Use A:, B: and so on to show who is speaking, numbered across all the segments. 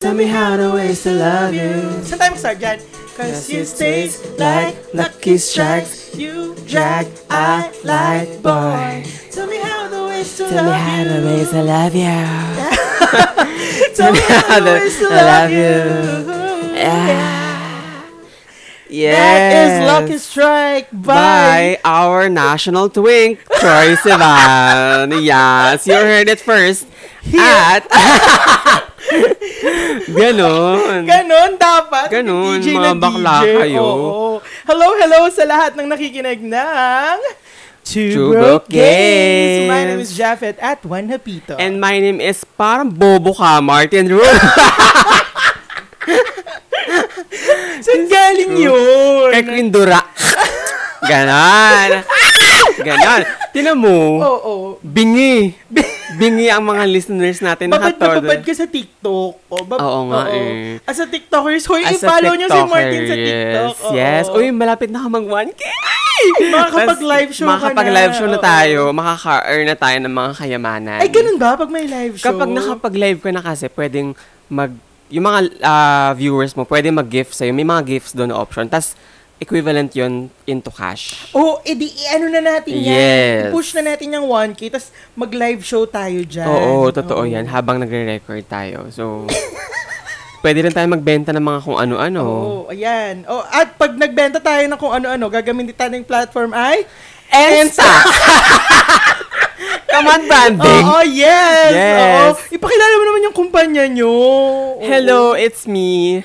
A: Tell me how to ways to love you.
B: Sa time start yan. Cause you stays like lucky strikes. You drag, I like boy. Tell me how the ways to
A: Tell me
B: love
A: how to ways to
B: you.
A: love you.
B: Tell me how the ways to
A: I love
B: love you.
A: Yeah. Yes.
B: That is Lucky Strike by
A: by our national twink, Troy Sivan. yes, you heard it first. At, ganon.
B: Ganon dapat.
A: Ganon,
B: DJ
A: mga
B: na
A: bakla
B: DJ.
A: kayo.
B: Oo. Hello, hello sa lahat ng nakikinig ng
A: Two
B: Two
A: Broke
B: Broke
A: Games.
B: Games. My name is Japheth at Juan Hapito.
A: And my name is parang bobo ka, Martin Ruth.
B: saan galing yun?
A: Kay Queen Dura. Ganon. Ganon. Tinan
B: Oo.
A: mo,
B: Oh,
A: bingi. Bingi ang mga listeners natin.
B: Babad na
A: Nakatawad.
B: babad ka sa TikTok. Oh, bab-
A: Oo nga eh.
B: As a TikTokers, hoy,
A: As a
B: i-follow nyo si
A: TikToker,
B: Martin sa TikTok.
A: Yes, yes.
B: Oo.
A: Uy, malapit na ka mag 1K!
B: Makakapag-live show ka na.
A: Makakapag-live show na
B: Oo.
A: tayo. Makaka-earn na tayo ng mga kayamanan.
B: Ay, ganun ba? Pag may live show?
A: Kapag nakapag-live ka na kasi, pwedeng mag... Yung mga ah, viewers mo, pwedeng mag-gift sa'yo. May mga gifts doon na option. Tapos, equivalent yon into cash.
B: Oo, oh, edi ano na natin yan.
A: Yes.
B: Push na natin yung 1K, tapos mag-live show tayo dyan.
A: Oo, totoo yan. Habang nagre-record tayo. So, pwede rin tayo magbenta ng mga kung ano-ano.
B: Oo, oh, ayan. Oh, at pag nagbenta tayo ng kung ano-ano, gagamitin tayo ng platform ay...
A: Ensa! Come on, branding!
B: Oo, yes!
A: Yes.
B: Oo. Ipakilala mo naman yung kumpanya nyo. Oo.
A: Hello, it's me.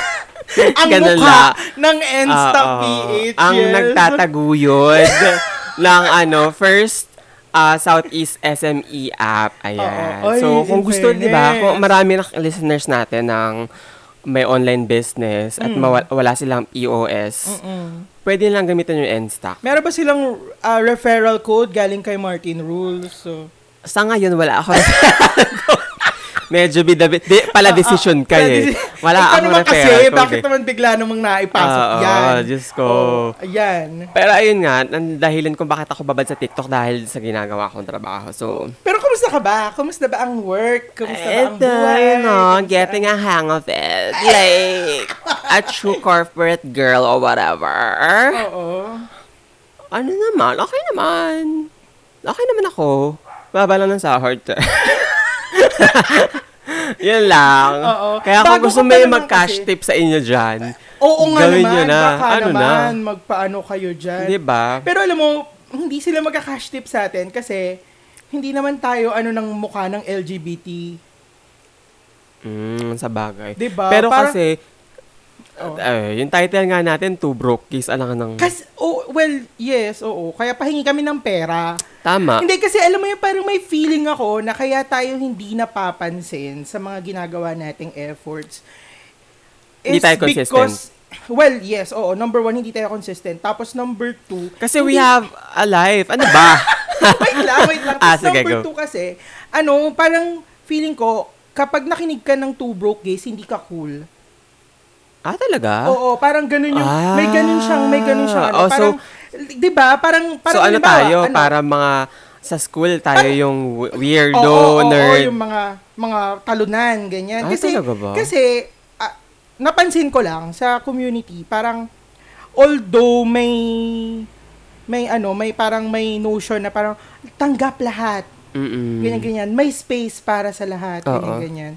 B: Ang
A: Ganun lang.
B: mukha ng Insta
A: Ah, oo.
B: PH.
A: Ang
B: yes.
A: nagtataguyod ng ano, first ah, Southeast SME app. Ayan.
B: Oo. Ay,
A: so, kung
B: in
A: gusto, di ba?
B: fairness.
A: Kung marami na listeners natin ng may online business
B: Mm.
A: at mawala wala silang POS, pwede lang gamitin yung Enstock.
B: Meron ba silang ah, referral code galing kay Martin Rules? So,
A: Sa ngayon, wala ako. Medyo bidabi. Di,
B: Ah,
A: pala decision kayo. eh. Wala
B: Ikaw
A: ako
B: naman kasi,
A: referral code
B: bakit
A: eh. Ah,
B: naman bigla namang naipasok
A: Oo,
B: yan? Oh.
A: Diyos ko.
B: Oo, ayan.
A: Pero ayun nga, ang dahilan kung bakit ako babad sa TikTok dahil sa ginagawa kong trabaho. So,
B: Pero kumusta ka ba? Kumusta ba ang work? Kumusta ba ang
A: eto,
B: buhay?
A: you know,
B: Kumusta-
A: getting a hang of it. Like, a true corporate girl or whatever.
B: Oo.
A: Ano naman, okay naman. Okay naman ako. Baba lang ng sahod. Yun lang.
B: Oo.
A: Kaya kung
B: Bago
A: gusto
B: ka pa
A: may
B: naman
A: mag-cash
B: kasi.
A: tip sa inyo dyan,
B: Oo nga
A: Gawin
B: naman.
A: nyo na.
B: Baka
A: Ano na?
B: naman, magpaano kayo dyan.
A: di ba?
B: Pero alam mo, hindi sila magka-cash tip sa atin kasi hindi naman tayo ano ng mukha ng LGBT.
A: Mm, sa bagay.
B: Diba?
A: Pero
B: Parang-
A: kasi,
B: Oh.
A: eh, yung title nga natin, Two Broke Kiss, alam ka ng...
B: Kasi, oh, well, yes, oo. Kaya pahingi kami ng pera.
A: Tama.
B: Hindi, kasi alam mo yun, parang may feeling ako na kaya tayo hindi napapansin sa mga ginagawa nating efforts.
A: Hindi
B: is
A: tayo consistent.
B: because- Well, yes, oo. Number one, hindi tayo consistent. Tapos number two,
A: Kasi we have a life. Ano ba?
B: wait lang, wait lang.
A: Ah,
B: Tapos
A: sige,
B: number
A: go.
B: two kasi, ano, parang feeling ko, kapag nakinig ka ng two broke gays, hindi ka cool.
A: ah, talaga?
B: Oo, parang ganun yung, may ganun siyang, may ganun siyang, ano,
A: Ah, oh, so-
B: parang, di ba, parang, parang,
A: so ano
B: halimbawa,
A: tayo?
B: ano,
A: Para mga sa school tayo yung we- weirdo,
B: Oo, oo, oo,
A: nerd.
B: yung mga mga talunan, ganyan.
A: Ah,
B: kasi,
A: talaga ba?
B: Kasi, ah, napansin ko lang sa community, parang, although may, may ano, may parang may notion na parang, tanggap lahat,
A: Mm-mm.
B: ganyan-ganyan, may space para sa lahat,
A: Hmm. Oo.
B: ganyan-ganyan.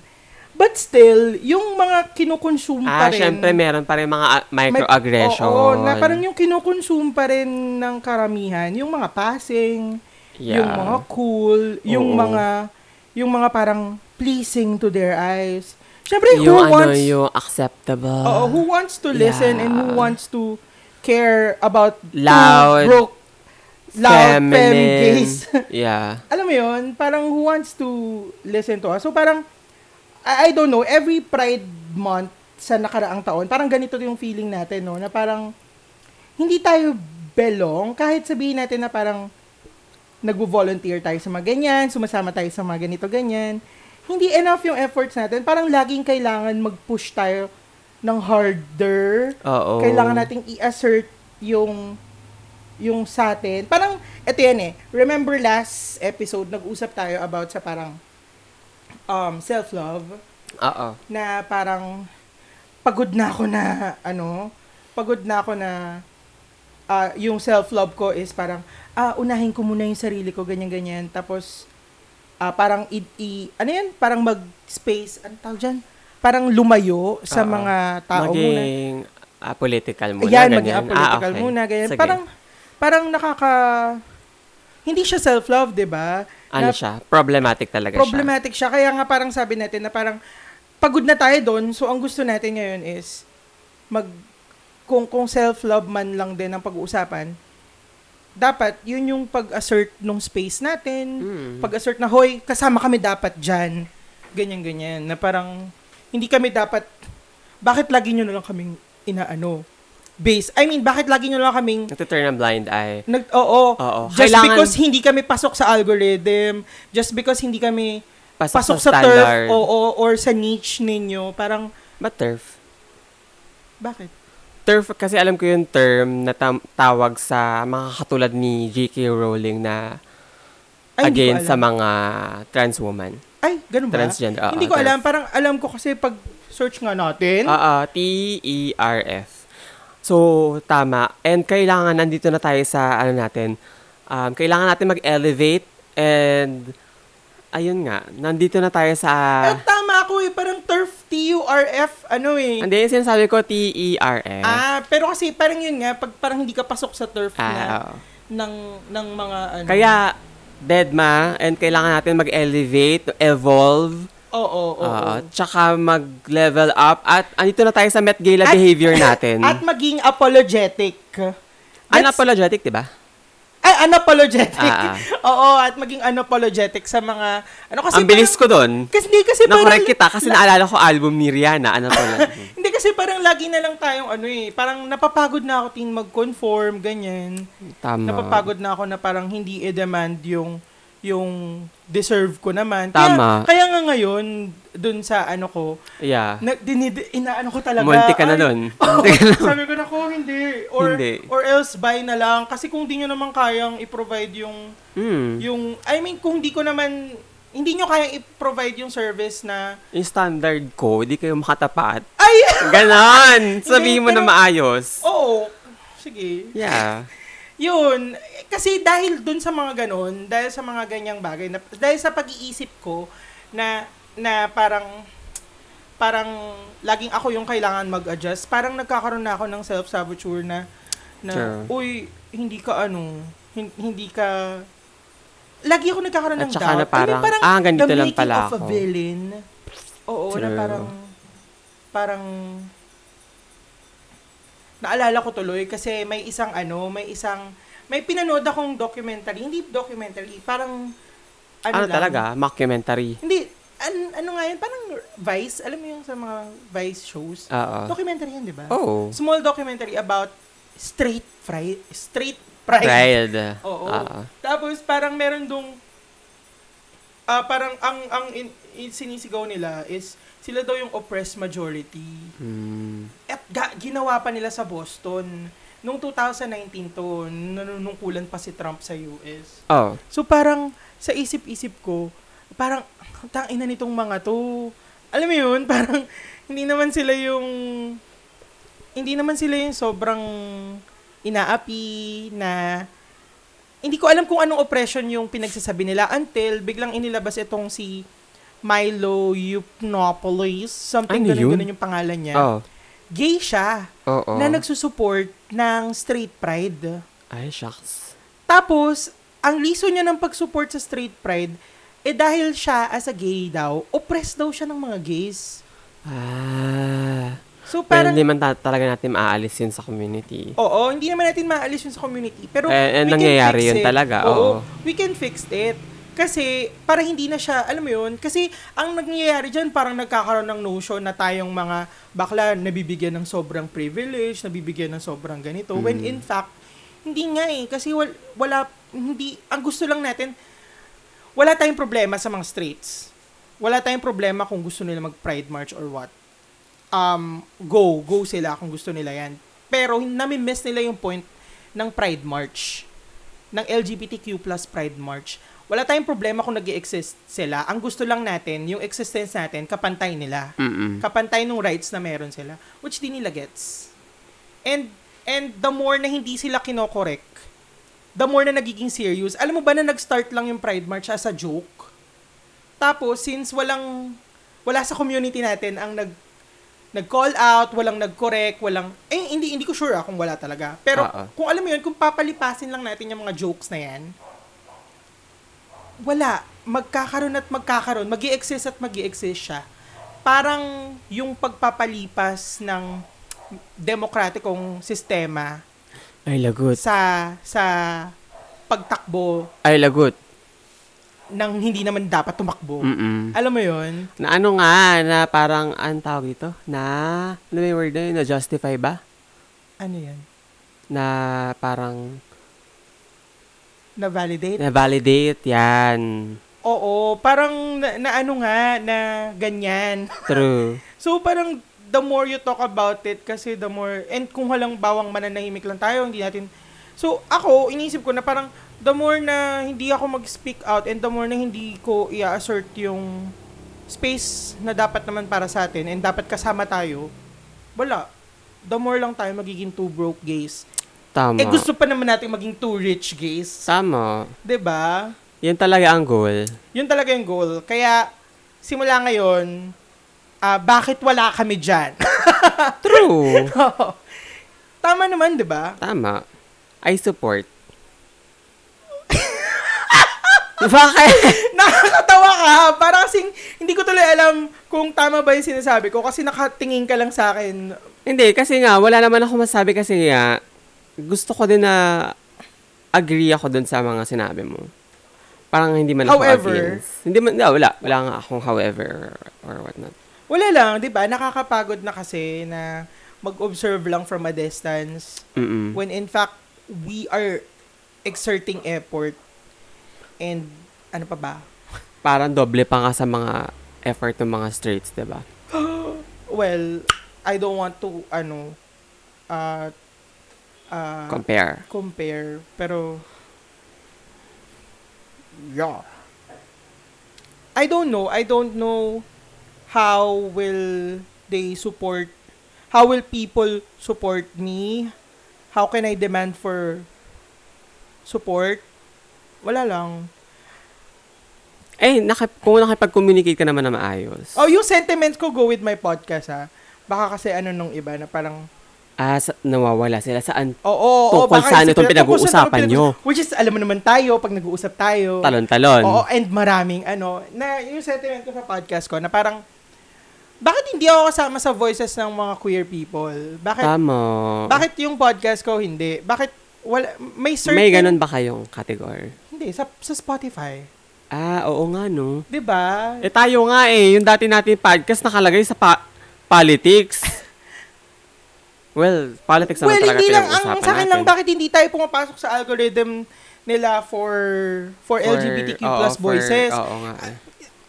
B: But still, yung mga kinukonsume
A: Ah,
B: pa rin.
A: syempre meron pa rin mga ah,
B: may-
A: microaggression.
B: Oo, na parang yung kinukonsume pa rin ng karamihan, yung mga passing,
A: Yeah.
B: yung mga cool, yung
A: Oo.
B: mga yung mga parang pleasing to their eyes. Siyempre, who
A: Yung ano,
B: wants
A: yung acceptable.
B: oo, who wants to listen and who
A: Yeah.
B: wants to care about two
A: Loud,
B: broke loud femme
A: feminine.
B: gays?
A: yeah.
B: Alam mo 'yun, parang who wants to listen to us? So parang I, I don't know, every Pride month sa nakaraang taon, parang ganito yung feeling natin, no, na parang hindi tayo belong kahit sabihin natin na parang nagvo-volunteer tayo sa mga ganyan, sumasama tayo sa mga ganito ganyan. Hindi enough yung efforts natin. Parang laging kailangan mag-push tayo ng harder.
A: Oo.
B: Kailangan nating i-assert yung yung sa atin. Parang eto yan eh. Remember last episode nag-usap tayo about sa parang um self-love.
A: Oo.
B: na parang pagod na ako na ano, pagod na ako na ah, yung self-love ko is parang ah unahin ko muna yung sarili ko ganyan ganyan tapos ah, parang i, i- ano yan parang mag-space ano tawag dyan? Parang lumayo sa
A: Oo.
B: mga tao muna.
A: maging ah, political muna.
B: Ayan,
A: ganyan.
B: maging apolitical
A: Ah, okay.
B: muna, ganyan.
A: Sige.
B: Parang, parang nakaka... Hindi siya self-love, di ba?
A: ano
B: Na-
A: siya? Problematic talaga siya.
B: problematic siya. Kaya nga parang sabi natin na parang pagod na tayo doon. So, ang gusto natin ngayon is mag kung kung self-love man lang din ang pag-uusapan, dapat yun yung pag-assert nung space natin.
A: Mm.
B: Pag-assert na, hoy, kasama kami dapat dyan. Ganyan-ganyan. Na parang, hindi kami dapat, bakit lagi nyo na lang kaming inaano? Base. I mean, bakit lagi nyo na lang kaming
A: Nagtuturn ang blind eye.
B: Nag, oo.
A: Oo.
B: Just
A: Kailangan-
B: because hindi kami pasok sa algorithm, just because hindi kami
A: Pasok,
B: pasok,
A: sa,
B: sa,
A: standard.
B: turf, oo, or sa niche ninyo, parang,
A: Ba't turf?
B: bakit?
A: Turf, kasi alam ko yung term na tam- tawag sa mga katulad ni J.K. Rowling na
B: Ay, hindi ko
A: against sa
B: alam.
A: mga trans woman.
B: Ay, ganun ba?
A: Transgender. oo,
B: hindi ko
A: trans- Ah,
B: alam. Parang alam ko kasi pag search nga natin,
A: Oo, T-E-R-F. E So, tama. And kailangan, nandito na tayo sa, ano natin, um, kailangan natin mag-elevate and, ayun nga, nandito na tayo sa,
B: at tama ako eh, parang turf, T-U-R-F, ano eh.
A: hindi yung sinasabi ko, E T-E-R-F.
B: ah, pero kasi parang yun nga, pag parang hindi ka pasok sa turf
A: Ah,
B: na,
A: oo.
B: ng, ng mga, ano.
A: Kaya, dead ma, and kailangan natin mag-elevate, evolve,
B: oo, oo, oo.
A: ah, tsaka mag-level up, at andito na tayo sa Met Gala
B: At-
A: behavior natin.
B: At maging apologetic. That's-
A: Unapologetic, di ba?
B: Ay, unapologetic.
A: Ah.
B: Oo, at maging unapologetic sa mga... Ano kasi
A: Ang bilis ko doon.
B: parang- Kasi hindi kasi
A: Nakorek kita kasi naalala ko album ni Rihanna. Ano to lang.
B: Hindi kasi parang lagi na lang tayong ano eh. Parang napapagod na ako tin mag-conform, ganyan.
A: Tama.
B: Napapagod na ako na parang hindi i-demand yung yung deserve ko naman.
A: Tama.
B: Kaya, kaya nga ngayon, dun sa ano ko,
A: Yeah.
B: na, dinid, inaano ko talaga.
A: Munti ka na
B: ay,
A: nun.
B: Oo,
A: Munti ka na.
B: sabi ko na ko, hindi. Or,
A: Hindi.
B: or else, buy na lang. Kasi kung di nyo naman kayang i-provide yung
A: Mm.
B: yung I mean kung di ko naman hindi nyo kayang i-provide yung service na
A: Yung standard ko, di kayo makatapat.
B: ay
A: Ganon! Sabihin mo
B: Hindi,
A: na
B: pero-
A: maayos.
B: oo sige
A: Yeah.
B: yun Eh, kasi dahil dun sa mga ganon dahil sa mga ganyang bagay na, dahil sa pag-iisip ko na na parang parang laging ako yung kailangan mag-adjust parang nagkakaroon na ako ng self-saboteur na na
A: Sure.
B: uy hindi ka ano hin- hindi ka lagi ako nagkakaroon
A: At
B: ng
A: saka na
B: doubt. I mean,
A: parang, ah, ganito
B: the
A: lang
B: making
A: pala
B: of a
A: ako.
B: villain. Oo, na
A: True.
B: parang, parang, naalala ko tuloy kasi may isang ano, may isang, may pinanood akong documentary, hindi documentary, parang, ano,
A: Ano
B: lang.
A: talaga? Mockumentary.
B: Hindi, an- ano nga yun, parang Vice, alam mo yung sa mga Vice shows?
A: Oo.
B: documentary yan, di ba?
A: Ah, Oh.
B: Small documentary about straight fry, straight pride.
A: Pride.
B: Oo.
A: Oo.
B: Tapos parang meron dong ah parang ang ang in- in- sinisigaw nila is sila daw yung oppressed majority.
A: Mm.
B: At Eh, ga- ginawa pa nila sa Boston nung 2019 to, nanunungkulan pa si Trump sa US.
A: Oh.
B: So parang sa isip-isip ko, parang tang ina nitong mga to. Alam mo 'yun, parang hindi naman sila yung hindi naman sila yung sobrang inaapi na hindi ko alam kung anong oppression yung pinagsasabi nila until biglang inilabas itong si Milo Yiannopoulos, something
A: Ano
B: ganun,
A: yun?
B: ganun yung pangalan niya.
A: Oh.
B: Gay siya
A: Oo.
B: na nagsusupport ng straight pride.
A: Ay, shucks.
B: Tapos, ang reason niya ng pag-support sa straight pride, eh dahil siya as a gay daw, oppressed daw siya ng mga gays.
A: Ah.
B: So
A: Pero
B: parang,
A: hindi man ta- talaga natin maaalis yun sa community.
B: oo, hindi naman natin maalis yun sa community. Pero,
A: Eh, eh,
B: we can
A: nangyayari
B: fix
A: yun
B: it.
A: talaga, oo.
B: We can fix it. Kasi, para hindi na siya, alam mo yun, kasi ang nangyayari dyan, parang nagkakaroon ng notion na tayong mga bakla nabibigyan ng sobrang privilege, nabibigyan ng sobrang ganito. When
A: Mm.
B: in fact, hindi nga eh. Kasi wal, wala, hindi, ang gusto lang natin, wala tayong problema sa mga streets. Wala tayong problema kung gusto nila mag-pride march or what. Um, go, go sila kung gusto nila yan. Pero nami-miss nila yung point ng pride march. Ng LGBTQ plus pride march. wala tayong problema kung nag exist sila. Ang gusto lang natin, yung existence natin, kapantay nila.
A: Mm.
C: Mm-mm.
B: Kapantay nung rights na meron sila. Which di nila gets. And, and the more na hindi sila kinokorek, the more na nagiging serious. Alam mo ba na nag-start lang yung Pride March as a joke? Tapos, since walang, wala sa community natin ang nag, nag-call out, walang nag-correct, walang, eh, hindi, hindi ko sure ah, kung wala talaga. Pero,
A: Oo.
B: kung alam mo yun, kung papalipasin lang natin yung mga jokes na yan, wala. Magkakaroon at magkakaroon. mag exist at mag exist siya. Parang yung pagpapalipas ng demokratikong sistema
A: Ay, lagot.
B: sa sa pagtakbo
A: Ay, lagot.
B: ng hindi naman dapat tumakbo.
C: Mm-mm.
B: Alam mo yun?
A: Na ano nga, na parang, ang tawag dito? Na, ano may word na yun? Na justify ba?
B: Ano yan?
A: Na parang,
B: Na-validate?
A: na validate, yan.
B: Oo, parang na, na ano nga, na ganyan.
A: True.
B: So parang the more you talk about it kasi the more and kung halang bawang mananahimik lang tayo hindi natin So ako iniisip ko na parang the more na hindi ako mag-speak out and the more na hindi ko i-assert yung space na dapat naman para sa atin and dapat kasama tayo wala the more lang tayo magiging two broke gays.
A: Tama.
B: Eh gusto pa naman natin maging two rich gays, Diba?
A: Tama.
B: 'di ba?
A: Yan talaga ang goal.
B: Yun talaga yung goal. Kaya simula ngayon, ah, bakit wala kami diyan?
A: True.
B: Oo. Tama naman, di ba?
A: Tama. I support. Bakit?
B: Nakakatawa ka! Para kasing hindi ko tuloy alam kung tama ba yung sinasabi ko kasi nakatingin ka lang sa akin.
A: Hindi, kasi nga, wala naman ako masabi kasi nga, gusto ko din na agree ako dun sa mga sinabi mo. Parang hindi man ako
B: However.
A: against. Hindi man, no, wala. Wala nga akong however or, what whatnot.
B: Wala lang, di ba? Nakakapagod na kasi na mag-observe lang from a distance
A: Mm-mm.
B: when in fact, we are exerting effort and ano pa ba?
A: Parang doble pa nga sa mga effort ng mga straights, di ba?
B: Well, I don't want to, ano, uh, uh,
A: Compare.
B: compare, pero yeah. I don't know. I don't know how will they support how will people support me? How can I demand for support? Wala lang.
A: Eh, nakip, kung nakipag-communicate ka naman na maayos.
B: Oh, yung sentiments ko go with my podcast ha. Baka kasi ano nung iba na parang
A: Ah, sa- nawawala sila. Saan?
B: oo, oo, oo,
A: Tungkol
B: baka
A: saan
B: isipin
A: itong
B: na- tungkol saan itong
A: pinag-uusapan nyo?
B: pinag-uusap- Which is, alam mo naman tayo, pag nag-uusap tayo.
A: Talon-talon.
B: Oo, eh, and maraming ano, na yung sentiment ko sa podcast ko na parang bakit hindi ako kasama sa voices ng mga queer people? Bakit
A: Tama.
B: bakit yung podcast ko hindi? Bakit wala may certain
A: May ganun ba kayong category?
B: Hindi sa sa Spotify,
A: Ah, oo nga, no.
B: 'di ba?
A: Eh, tayo nga eh. Yung dati natin podcast nakalagay sa pa- politics. well, politics naman
B: Well,
A: talaga
B: hindi lang
A: pinag-uusapan
B: ang sa akin
A: natin.
B: lang bakit hindi tayo pumapasok sa algorithm nila for for,
A: For-
B: LGBTQ
A: oo,
B: plus
A: for-
B: voices.
A: Oo nga. eh.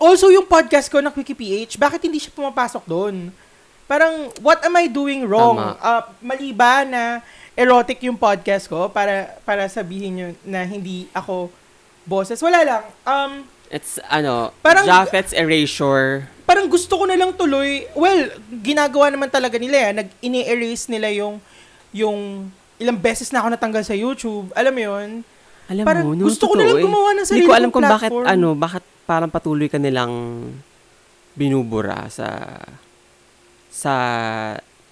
B: Also, yung podcast ko na Quickie PH, bakit hindi siya pumapasok doon? Parang, what am I doing wrong?
A: Tama.
B: Ah, mali ba na erotic yung podcast ko para para sabihin nyo na hindi ako boses? Wala lang. Um,
A: It's, ano,
B: Parang-
A: Japheth's erasure.
B: parang gusto ko na lang tuloy. Well, ginagawa naman talaga nila yan. Nag, ini-erase nila yung, yung ilang beses na ako natanggal sa YouTube. Alam mo yun?
A: Alam
B: Parang
A: mo, no,
B: gusto ko
A: totoo
B: na lang
A: eh.
B: gumawa ng sarili
A: Hindi ko alam
B: kong
A: kung bakit,
B: platform.
A: ano, bakit parang patuloy ka nilang binubura sa sa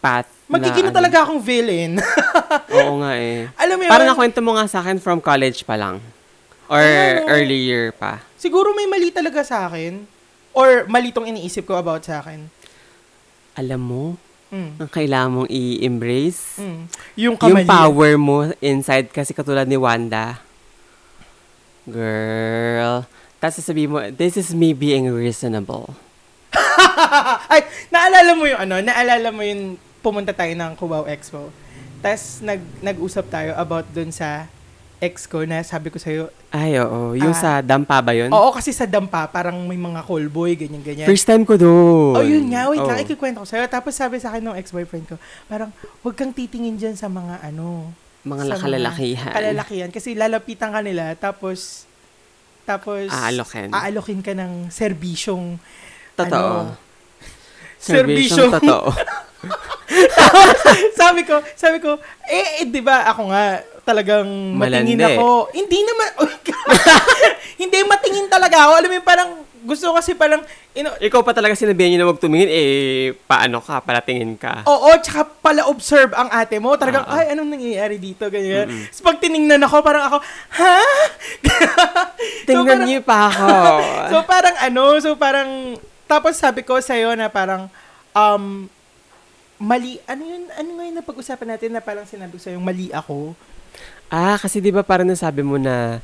A: path
B: Magiging na
A: ano.
B: talaga akong villain.
A: Oo nga eh.
B: Alam mo yun?
A: Parang nakwento mo nga sa akin from college pa lang. Or
B: Ano?
A: earlier pa.
B: Siguro may mali talaga sa akin. Or mali tong iniisip ko about sa akin.
A: Alam mo,
B: Mm.
A: ang kailangan mong i-embrace.
B: Mm. Yung
A: Yung
B: kamali.
A: power mo inside kasi katulad ni Wanda. Girl. Tapos sasabihin mo, this is me being reasonable.
B: Ah, Ay, naalala mo yung ano, naalala mo yung pumunta tayo ng Cubao Expo. Tapos nag, nag-usap tayo about dun sa ex ko na sabi ko sa'yo,
A: Ay, oo. Yung
B: Ah.
A: sa dampa ba yun?
B: oo kasi sa dampa parang may mga callboy, ganyan-ganyan.
A: First time ko doon.
B: Oh, yun nga. Wait lang,
A: Oo.
B: ikikwento ko sa'yo. Tapos sabi sa akin ng ex-boyfriend ko, parang, huwag kang titingin dyan sa mga ano.
A: Mga
B: sa
A: kalalakihan.
B: Kalalakihan. Kasi lalapitan ka nila, tapos, Tapos,
A: Aalokin.
B: aalokin ka ng serbisyong,
A: Totoo.
B: ano, serbisyong,
A: totoo.
B: sabi ko, sabi ko, eh, eh, di ba, ako nga, talagang matingin
A: Malandi.
B: ako. Hindi naman, Uy, hindi matingin talaga ako. Alam mo yung parang, gusto ko kasi parang, you know,
A: Ikaw pa talaga sinabihan niyo na huwag tumingin, eh, paano ka, palatingin ka.
B: oo, tsaka pala observe ang ate mo. Talagang,
A: Oo.
B: ay, anong nangyayari dito? Ganyan. So, pag tiningnan ako, parang ako, ha? So,
A: Tingnan
B: parang-
A: niyo pa ako.
B: so parang ano, so parang tapos sabi ko sa na parang um mali ano yun ano ngayon na pag-usapan natin na parang sinabi ko sa mali ako.
A: ah, kasi di ba parang nasabi mo na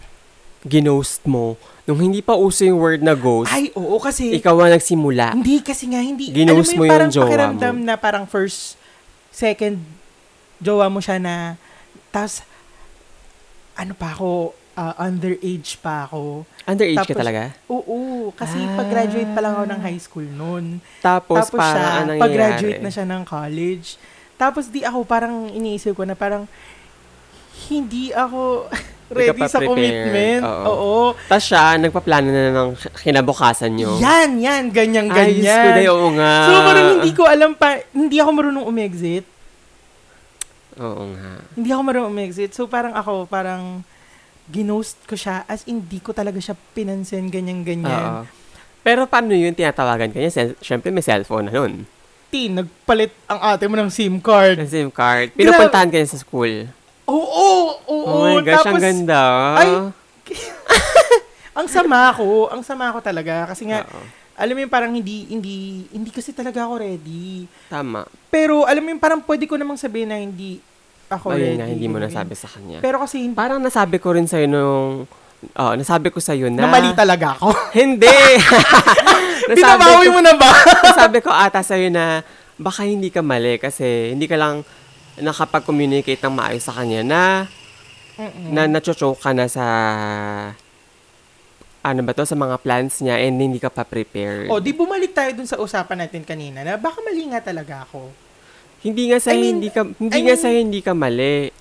A: ginost mo. Nung hindi pa uso yung word na ghost,
B: Ay, oo kasi
A: ikaw ang nagsimula.
B: hindi kasi nga hindi
A: Ginost mo yung
B: yun, parang
A: jowa mo.
B: pakiramdam na parang first second jowa mo siya na tapos ano pa ako ah, underage pa ako.
A: Underage ka
B: Tapos-
A: talaga?
B: Oo, kasi
A: Ah.
B: pag-graduate pa lang ako ng high school noon.
A: Tapos,
B: Tapos,
A: para
B: siya,
A: anong
B: pag-graduate na siya ng college. Tapos di ako parang iniisip ko na parang hindi ako ready
A: pa
B: sa
A: prepared.
B: commitment.
A: Oo.
B: Oo.
A: Tapos siya, nagpaplano na ng kinabukasan niyo.
B: Yan, yan, ganyan,
A: Ay, Diyos ko, day,
B: ganyan.
A: oo nga.
B: so parang hindi ko alam pa, hindi ako marunong umexit.
A: Oo nga.
B: Hindi ako marunong umexit. So parang ako, parang ginost ko siya as in, hindi ko talaga siya pinansin
A: Oo.
B: ganyan-ganyan.
A: Pero paano yun tinatawagan kanya? Sen- Siyempre may cellphone na
B: Mm.
A: nun.
B: Tin, nagpalit ang ate mo ng SIM card.
A: Ng SIM card. Pinupuntahan kanya sa school.
B: Oo, oo, oo.
A: Oh, my gosh, ang
B: Tapos,
A: ganda.
B: Ay, ang sama ko, ang sama ko talaga kasi nga
A: Oo.
B: alam mo yung parang hindi hindi hindi kasi talaga ako ready.
A: Tama.
B: Pero alam mo yung parang pwede ko namang sabihin na hindi ako
A: Ayun
B: ready.
A: nga, hindi mo
B: ganyan.
A: nasabi sa kanya.
B: Pero kasi hindi
A: Parang nasabi ko rin sa'yo nung... Oo, nasabi ko sa'yo na...
B: na mali talaga ako.
A: Hindi! nasabi,
B: Binabawi
A: ko,
B: mo na ba?
A: nasabi ko ata sa'yo na baka hindi ka mali kasi hindi ka lang nakapag-communicate ng maayos sa kanya na
B: Hmm.
A: na nachochoke ka na sa ano ba to sa mga plans niya and hindi ka pa prepared.
B: o, di bumalik tayo dun sa usapan natin kanina na baka mali nga talaga ako.
A: Hindi nga sa
B: I mean,
A: hindi ka hindi
B: I
A: nga
B: mean-
A: sa hindi ka mali.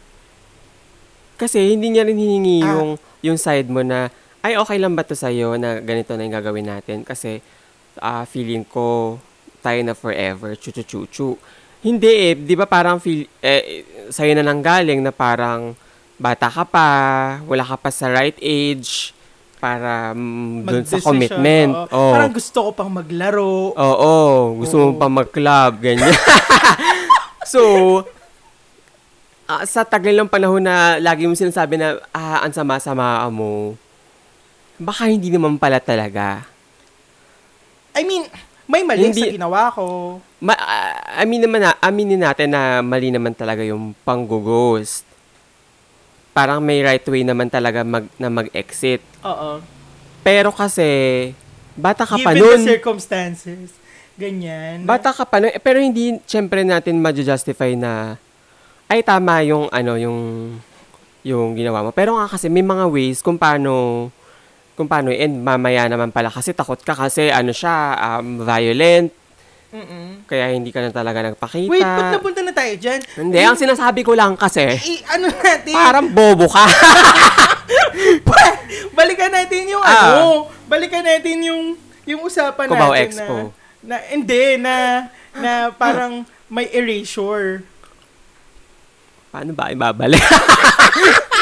A: Kasi hindi niya rin hiningi
B: Ah.
A: yung yung side mo na ay okay lang ba to sa na ganito na yung gagawin natin kasi ah, feeling ko tayo na forever chu chu chu chu. Hindi eh, 'di ba parang feel eh, sa'yo na lang galing na parang bata ka pa, wala ka pa sa right age para mm, dun sa
B: Mag-decision,
A: commitment.
B: oo.
A: Oo.
B: Parang gusto ko pang maglaro.
A: Oo, gusto mo
B: Oo.
A: pa mag-club, ganyan. so, ah, sa tagal ng panahon na lagi mo sinasabi na, ah, ang sama-sama mo, baka hindi naman pala talaga.
B: I mean, may mali sa
A: Hindi-
B: ginawa ko.
A: Ma- ah, amin naman na, aminin natin na mali naman talaga yung pang-ghost. Parang may right way naman talaga mag, na mag-exit.
B: Oo.
A: Pero kasi, bata ka pa
B: Given
A: nun.
B: the circumstances. Ganyan.
A: Bata ka pa nun, eh, pero hindi syempre natin ma-justify na ay tama yung ano yung yung ginawa mo. Pero nga kasi may mga ways kung paano kung paano and mamaya naman pala kasi takot ka kasi ano siya um, violent
B: Mm-mm.
A: kaya hindi ka na talaga nagpakita.
B: Wait, ba't napunta na tayo dyan?
A: Hindi, ang sinasabi ko lang kasi
B: I, ano natin?
A: parang bobo ka.
B: balikan natin yung
A: Ah.
B: ano. Balikan natin yung yung usapan
A: Cubao
B: natin
A: Expo.
B: na, na hindi na na parang may erasure.
A: paano ba ibabalik?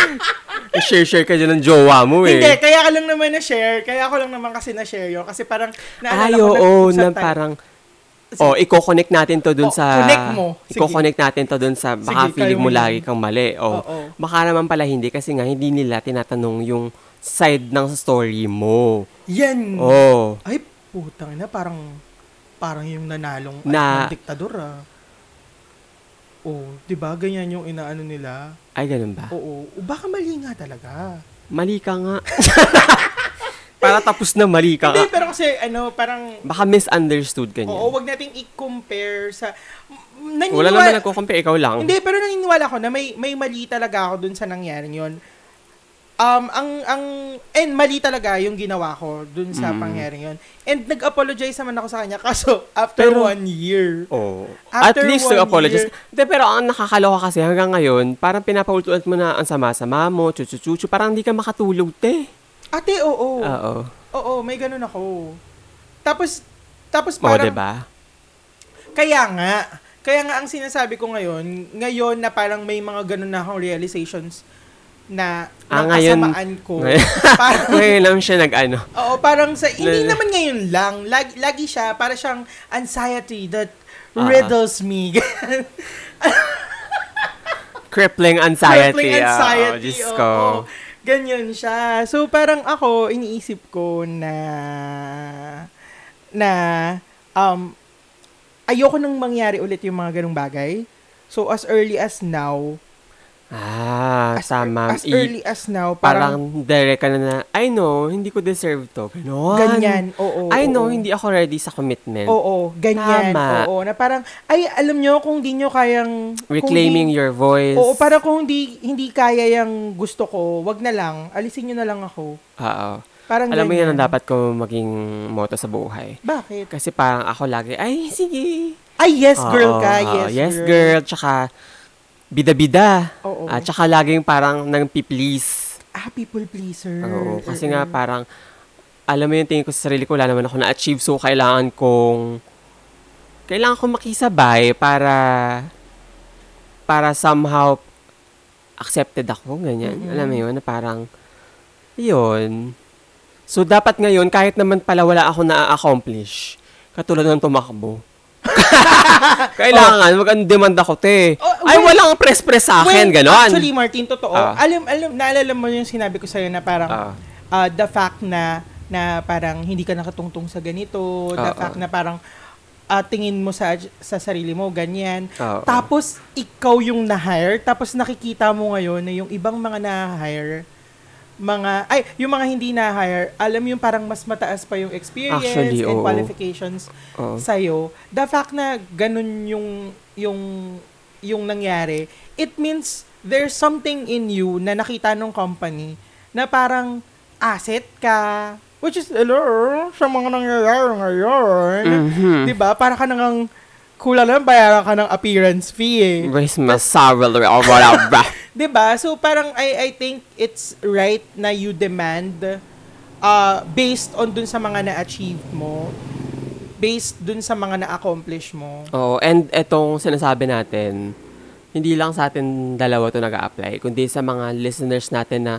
A: Share-share ka dyan ng jowa mo eh.
B: Hindi, kaya ka lang naman na-share. Kaya ko lang naman kasi na-share yun. Kasi parang
A: Ay,
B: naalala ko
A: oo,
B: nag-usap
A: na
B: tayo.
A: parang, oh, i-connect natin to dun
B: Oh,
A: sa,
B: connect mo. Sige.
A: I-connect natin to dun sa, baka
B: Sige,
A: feeling
B: kayo
A: mo
B: yun.
A: lagi kang mali. Oh,
B: Oo.
A: Baka naman pala hindi kasi nga hindi nila tinatanong yung side ng story mo.
B: Yan.
A: Oh.
B: Ay, putang na. Parang parang yung nanalong
A: Na-
B: na, ng diktador ah. Oh, 'di ba ganyan yung inaano nila?
A: Ay, ganun ba?
B: Oo, o baka mali nga talaga.
A: Mali ka nga. Para tapos na mali ka nga.
B: Hindi, pero kasi ano, parang
A: Baka misunderstood ka niya.
B: Oo, wag nating i-compare sa M-
A: Wala naman
B: naniniwala,
A: nagko-compare, ikaw lang.
B: Hindi, pero naniniwala ako na may may mali talaga ako dun sa nangyaring 'yon. Um ang ang and mali talaga yung ginawa ko dun sa
A: Mm.
B: pangyaring 'yon. And nag-apologize naman ako sa kanya kaso after
A: Pero-
B: one year.
A: Oh. At
B: After
A: least to
B: one
A: apologize.
B: year-
A: Hindi, pero ang nakakaloka kasi hanggang ngayon, parang pinapaultulat mo na ang sama-sama mo, chuchuchuchu, parang hindi ka makatulog, te.
B: Ate, oo. Oo,
A: Oo.
B: may ganun ako. Tapos, tapos
A: Oo,
B: parang,
A: diba?
B: kaya nga, kaya nga ang sinasabi ko ngayon, ngayon na parang may mga ganun na akong realizations na
A: Ah,
B: ng
A: ngayon-
B: kasamaan ko.
A: ngayon-
B: parang,
A: Ngayon lang siya ano, nag-ano.
B: oo, parang sa, hindi
A: Lala-
B: naman ngayon lang. Lagi, lagi siya, para siyang anxiety that
A: Ah.
B: riddles me.
A: Crippling anxiety. ah,
B: Crippling anxiety.
A: Oh, Diyos
B: oo.
A: ko.
B: Ganyan siya. So, parang ako, iniisip ko na na um, ayoko nang mangyari ulit yung mga ganong bagay. So, as early as now,
A: Ah,
B: as,
A: tama.
B: as
A: I-
B: early as now,
A: parang,
B: parang,
A: direct ka na na, I know, hindi ko deserve to. Ganon.
B: ganyan. Oo,
A: I know,
B: oo.
A: hindi ako ready sa commitment.
B: Oo, ganyan.
A: Tama.
B: Oo, na parang, ay, alam nyo, kung di nyo kayang... kung di-
A: Reclaiming your voice.
B: Oo, parang kung hindi, hindi kaya yung gusto ko, wag na lang, alisin nyo na lang ako.
A: Oo.
B: Parang
A: Alam mo yan
B: ganyan.
A: ang dapat ko maging motto sa buhay.
B: Bakit?
A: Kasi parang ako lagi, ay, sige.
B: Ay, yes girl
A: Oo,
B: ka.
A: oo,
B: Yes,
A: yes girl. Tsaka, bida-bida.
B: Oo.
A: At tsaka laging parang nang please
B: Ah, people pleaser.
A: Oo, kasi nga parang, alam mo yung tingin ko sa sarili ko, wala naman ako na-achieve. So, kailangan kong, kailangan kong makisabay para, para somehow accepted ako, ganyan. Alam mo yun, na parang, yun. So, dapat ngayon, kahit naman pala wala ako na-accomplish, katulad ng tumakbo. Kailangan, mag-demand ako, te.
B: Oh,
A: Ay,
B: well-
A: walang press-press sa akin,
B: Well,
A: ganon.
B: Actually, Martin, totoo.
A: Ah.
B: Alam, alam, naalala mo yung sinabi ko sa'yo na parang
A: Ah.
B: ah, the fact na na parang hindi ka nakatungtong sa ganito, the
A: Oo.
B: fact na parang ah, tingin mo sa sa sarili mo ganyan.
A: Oo.
B: Tapos ikaw yung na-hire, tapos nakikita mo ngayon na yung ibang mga na-hire mga ay yung mga hindi na-hire, alam yung parang mas mataas pa yung experience
A: Actually,
B: and
A: oo.
B: qualifications
A: Oo.
B: sa'yo, the fact na ganun yung yung yung nangyari, it means there's something in you na nakita nung company na parang asset ka, which is, hello, sa mga nangyayari ngayon,
A: Mhm.
B: di ba? Para ka nangang, kulang lang bayaran ka ng appearance fee eh.
A: Raise my salary or whatever.
B: 'Di ba? Diba? So parang I I think it's right na you demand uh based on dun sa mga na-achieve mo, based dun sa mga na-accomplish mo.
A: Oo, and etong sinasabi natin, hindi lang sa atin dalawa to nag apply kundi sa mga listeners natin na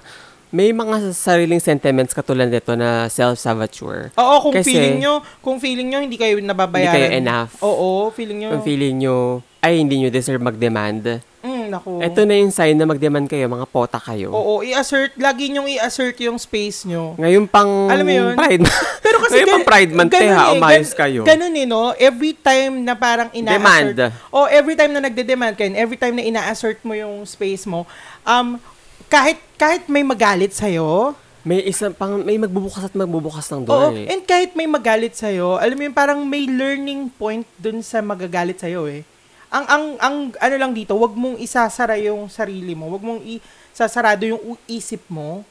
A: may mga sariling sentiments katulad nito na self-saboteur.
B: Oo, kung
A: Kasi-
B: feeling nyo, kung feeling nyo hindi kayo nababayaran.
A: Hindi kayo enough.
B: Oo, feeling nyo.
A: Kung feeling nyo, ay hindi nyo deserve mag-demand.
B: mm, naku.
A: Ito na yung sign na mag-demand kayo, mga pota kayo.
B: Oo, i-assert, lagi nyong i-assert yung space nyo.
A: Ngayon pang
B: Alam mo yun?
A: Pride Month.
B: Pero kasi
A: Ngayon pang
B: gan-
A: Pride Month,
B: ganun
A: eh, ha,
B: eh,
A: umayos
B: gan-
A: kayo.
B: Ganun eh, no? Every time na parang ina-assert.
A: Demand.
B: Oh, every time na nagde-demand ka, and every time na ina-assert mo yung space mo, um, kahit kahit may magalit sa'yo,
A: May isang pang, may magbubukas at magbubukas ng
B: oo,
A: door. eh.
B: and kahit may magalit sa'yo, alam mo yun, parang may learning point dun sa magagalit sa'yo eh. Ang, ang, ang ano lang dito, wag mong isasara yung sarili mo, wag mong isasarado yung u- isip mo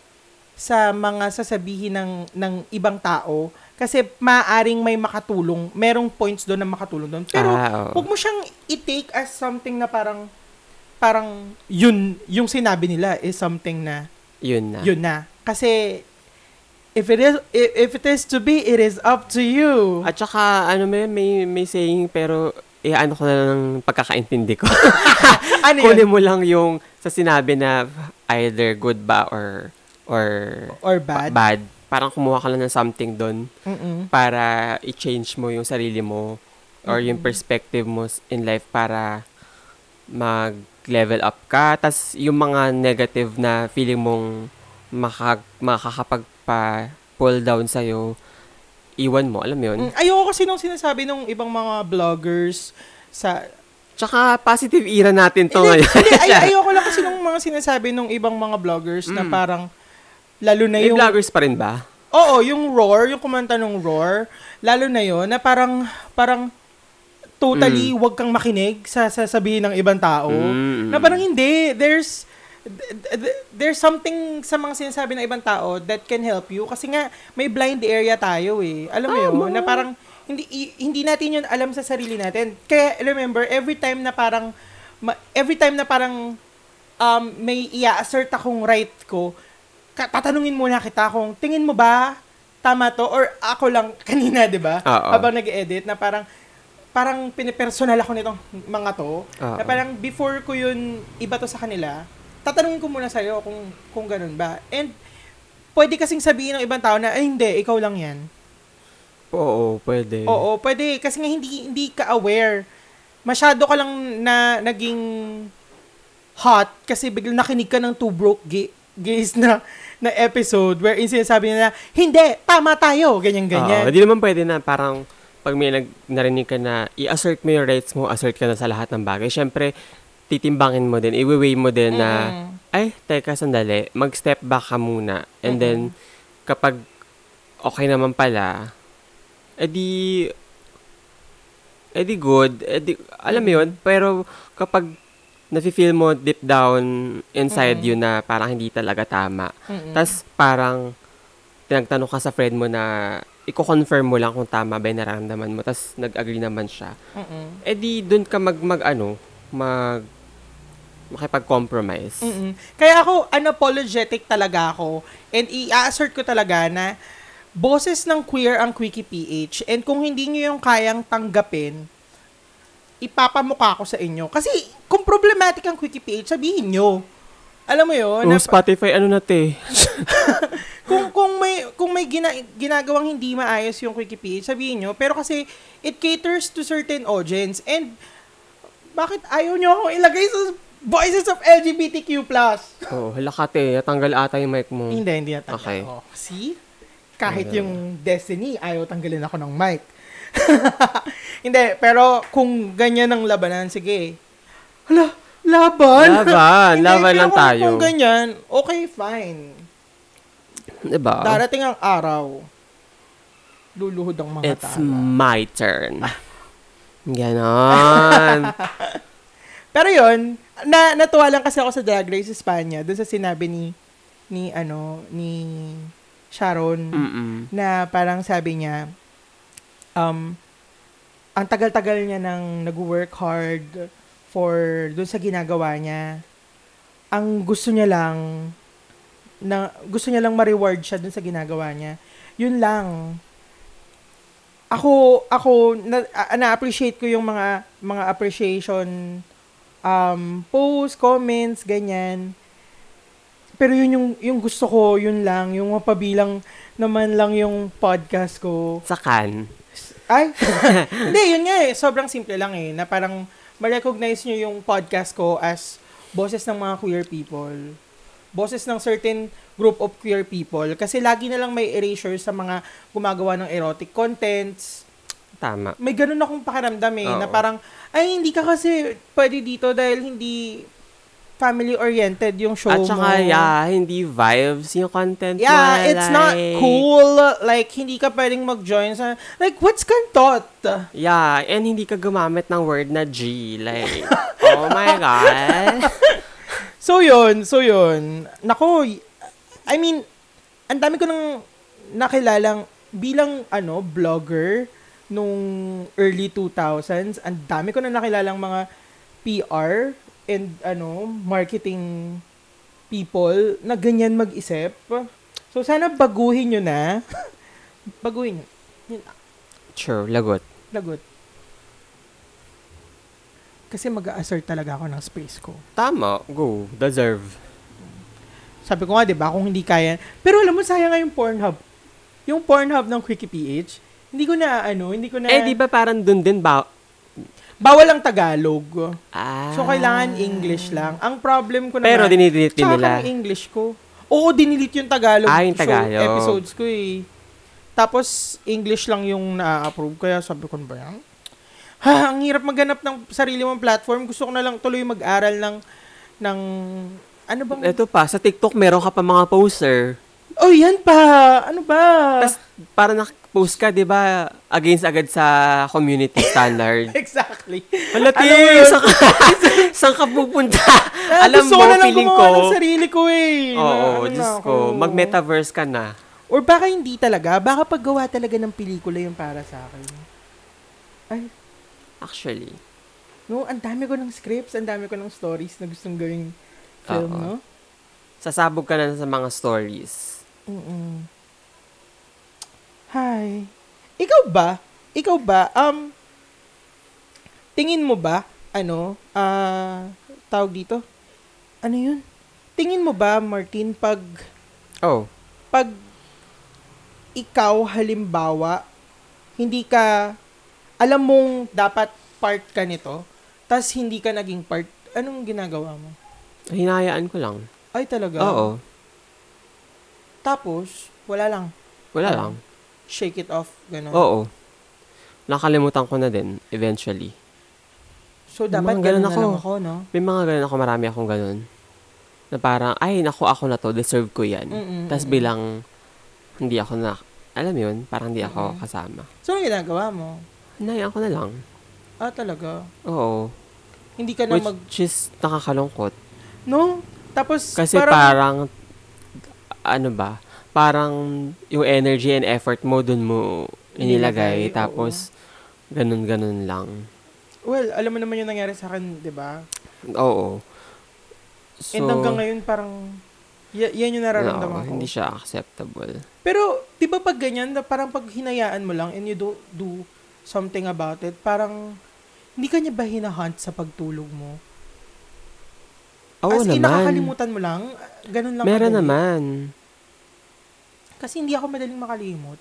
B: sa mga sasabihin ng, ng ibang tao kasi maaring may makatulong, merong points doon na makatulong doon. Pero
A: Ah, oo.
B: wag mo siyang i-take as something na parang parang yun yung sinabi nila is something na
A: yun na.
B: yun na. Kasi, if it is, i- if it is to be, it is up to you.
A: At saka, ano may, may, may saying, pero, eh, ano ko na lang ng pagkakaintindi ko.
B: ano
A: Kunin
B: yun?
A: mo lang yung sa sinabi na either good ba or or
B: Or
A: pa-
B: bad.
A: bad. Parang kumuha ka lang ng something doon
B: Mm-mm.
A: para i-change mo yung sarili mo or yung
B: Mm-hmm.
A: perspective mo s- in life para mag-level up ka. tas yung mga negative na feeling mong makak- makakapagpa-pull down sa'yo, iwan mo. Alam mo yun?
B: Mm, Ayoko kasi nung sinasabi nung ibang mga vloggers sa...
A: Tsaka positive era natin to
B: Hindi,
A: ngayon.
B: hindi, ay, ayoko lang kasi nung mga sinasabi nung ibang mga vloggers na parang lalo na
A: Mm. May
B: yung...
A: vloggers pa rin ba?
B: Oo, yung roar, yung kumanta ng roar, lalo na yon na parang parang totally wag kang makinig sa sasabihin ng ibang tao.
A: Mm.
B: Na parang hindi, there's th- th- there's something sa mga sinasabi ng ibang tao that can help you kasi nga may blind area tayo eh. Alam mo yun, na parang hindi i- hindi natin yun alam sa sarili natin. Kaya remember every time na parang ma- every time na parang um, may i-assert akong right ko, ka- tatanungin muna kita kung tingin mo ba tama to or ako lang kanina, 'di ba?
A: Oo.
B: Habang nag-edit na parang parang pinipersonal ako nitong mga to.
A: Oo.
B: Na parang before ko 'yun iba to sa kanila, tatanungin ko muna sa'yo kung kung ganun ba. And pwede kasing sabihin ng ibang tao na ay hindi, ikaw lang 'yan.
A: Oo, pwede.
B: Oo, pwede kasi nga hindi hindi ka aware. Masyado ka lang na naging hot kasi biglang nakinig ka ng two broke ga- gays na na episode where sinasabi nila, hindi, tama tayo,
A: Oo,
B: ganyan-ganyan.
A: Hindi naman pwede na parang pag may nag, narinig ka na i-assert mo yung rights mo, assert ka na sa lahat ng bagay. Siyempre, titimbangin mo din, i-weigh mo din na,
B: Mm.
A: ay, teka, sandali, mag-step back ka muna. And then, kapag okay naman pala, edi, edi good, edi, alam mo yun, pero kapag nafe-feel mo deep down inside you na parang hindi talaga tama,
B: Mm-mm.
A: tas parang tinagtanong ka sa friend mo na i-confirm mo lang kung tama ba yung nararamdaman mo. Tapos nag-agree naman siya.
B: Mm-mm.
A: Eh di doon ka mag, mag ano, mag makipag-compromise.
B: Mm-mm. Kaya ako, unapologetic talaga ako. And i-assert ko talaga na boses ng queer ang Quickie PH. And kung hindi nyo yung kayang tanggapin, ipapamukha ko sa inyo. Kasi kung problematic ang Quickie PH, sabihin nyo. Alam mo
A: Oh,
B: yun? na-
A: Spotify, ano na te?
B: kung kung may kung may gina- ginagawang hindi maayos yung Quickie PH, sabihin nyo. Pero kasi it caters to certain audience and bakit ayaw nyo akong ilagay sa voices of LGBTQ+.
A: oh, hala ka te, natanggal ata yung mic mo.
B: Hindi, hindi natanggal.
A: Okay.
B: Oh, see? Kahit yung Destiny, ayaw tanggalin ako ng mic. hindi, pero kung ganyan ang labanan, sige. Hala, laban?
A: Laban,
B: Hindi,
A: Ah, laban
B: pero
A: lang
B: kung-
A: tayo.
B: Kung ganyan, okay, fine.
A: Diba?
B: Darating ang araw, luluhod ang mga
A: It's
B: tao.
A: my turn.
B: Ah.
A: Ganon.
B: Pero yun, na, natuwa lang kasi ako sa Drag Race Espanya, doon sa sinabi ni, ni ano, ni Sharon.
A: Mm-mm.
B: na parang sabi niya, um, ang tagal-tagal niya nang nag-work hard for dun sa ginagawa niya. Ang gusto niya lang, na, gusto niya lang ma-reward siya dun sa ginagawa niya. Yun lang. Ako, ako, na, a- na-appreciate ko yung mga, mga appreciation um, posts, comments, ganyan. Pero yun yung, yung gusto ko, yun lang. Yung mapabilang naman lang yung podcast ko.
A: Sakan.
B: Ay! Hindi, yun nga eh. Sobrang simple lang eh. Na parang ma-recognize nyo yung podcast ko as boses ng mga queer people. Boses ng certain group of queer people. Kasi lagi na lang may erasure sa mga gumagawa ng erotic contents.
A: Tama.
B: May ganun akong pakiramdam eh. Na
A: Oo.
B: parang, ay hindi ka kasi pwede dito dahil hindi family-oriented yung show
A: At
B: mo.
A: saka, yeah, hindi vibes yung content mo,
B: Yeah, it's not
A: like-
B: cool. Like, hindi ka pwedeng mag-join sa... Like, what's kantot?
A: Yeah, and hindi ka gumamit ng word na G. Like, oh my God.
B: So, yun. So, yun. Nako, y- I mean, ang dami ko nang nakilalang bilang, ano, blogger nung early 2000s. Ang dami ko na nakilalang mga PR and, ano, marketing people na ganyan mag-isip. So, sana baguhin nyo na. baguhin nyo.
A: True, lagot.
B: Lagot. Kasi mag-assert talaga ako ng space ko.
A: Tama, go, deserve.
B: Sabi ko nga, di ba, kung hindi kaya. Pero alam mo, sayang nga yung Pornhub. Yung Pornhub ng Quickie PH, hindi ko na, ano, hindi ko na,
A: Eh, di ba parang dun din ba?
B: bawal ang Tagalog.
A: Ah.
B: So, kailangan English lang. Ang problem ko Ano naman,
A: Pero dinidelete din
B: tsaka
A: nila.
B: yung English ko. Oo, dinilit yung Tagalog.
A: Ah, yung
B: So,
A: Tagalog.
B: episodes ko eh. Tapos, English lang yung na-approve. Kaya sabi ko "Ano ba yan? Ha, ang hirap maghanap ng sarili mong platform. Gusto ko na lang tuloy mag-aral ng, ng, ano bang,
A: Ito pa, sa TikTok meron ka pa mga poster.
B: oh, yan pa! Ano ba?
A: Tapos, parang nakapost ka, di ba, against agad sa community standard.
B: exactly.
A: Malati,
B: Alam mo yun?
A: saan ka, saan ka pupunta?
B: Ah,
A: Alam
B: gusto
A: mo,
B: ko na lang
A: feeling
B: gumawa
A: ko,
B: ng sarili ko eh. Na-
A: oo,
B: ano na
A: Diyos
B: ako.
A: ko, mag-metaverse ka na.
B: Or baka hindi talaga. Baka paggawa talaga ng pelikula yung para sa akin. Ay,
A: Actually.
B: No, ang dami ko ng scripts, ang dami ko ng stories na gustong gawing film,
A: Oo.
B: no?
A: sasabog ka na sa mga stories.
B: Mm-mm. Hi. Ikaw ba? Ikaw ba? Um, tingin mo ba, ano, ah, tawag dito? Ano yun? Tingin mo ba, Martin, pag,
A: Oh.
B: pag ikaw, halimbawa, hindi ka, alam mong dapat part ka nito, tas hindi ka naging part, anong ginagawa mo?
A: Hinayaan ko lang.
B: Ay, talaga?
A: Oo.
B: Tapos, wala lang.
A: Wala lang.
B: Shake it off, gano'n.
A: Oo. Nakalimutan ko na din, eventually.
B: So,
A: Yung mga
B: dapat
A: ganun
B: ganun na
A: ako.
B: lang ako, no?
A: May mga ganun ako, marami akong ganun. Na parang, ay, naku, ako na to, deserve ko yan.
B: Mm-mm,
A: Tapos
B: mm-mm.
A: bilang, hindi ako na, alam yun, parang hindi ako
B: Mm-mm.
A: kasama.
B: So, ano ginagawa mo?
A: Hinayaan ko na lang.
B: Ah, talaga?
A: Oo.
B: Hindi ka na
A: Which
B: mag...
A: is nakakalungkot.
B: No? Tapos,
A: Kasi parang, ano ba, parang yung energy and effort mo dun mo inilagay.
B: Inilagay, oo.
A: tapos, ganun-ganun lang.
B: Well, alam mo naman yung nangyari sa akin, di ba?
A: Oo. So,
B: And hanggang ngayon, parang... Y- yan yung
A: oo,
B: nararamdaman ko.
A: Hindi siya acceptable.
B: Pero, di ba pag ganyan, na parang pag hinayaan mo lang and you do, do something about it, parang hindi ka niya ba hinahunt sa pagtulog mo?
A: Oo
B: As in,
A: naman.
B: nakakalimutan mo lang, ah, ganun lang.
A: Meron
B: kadali.
A: naman.
B: Kasi hindi ako madaling makalimot.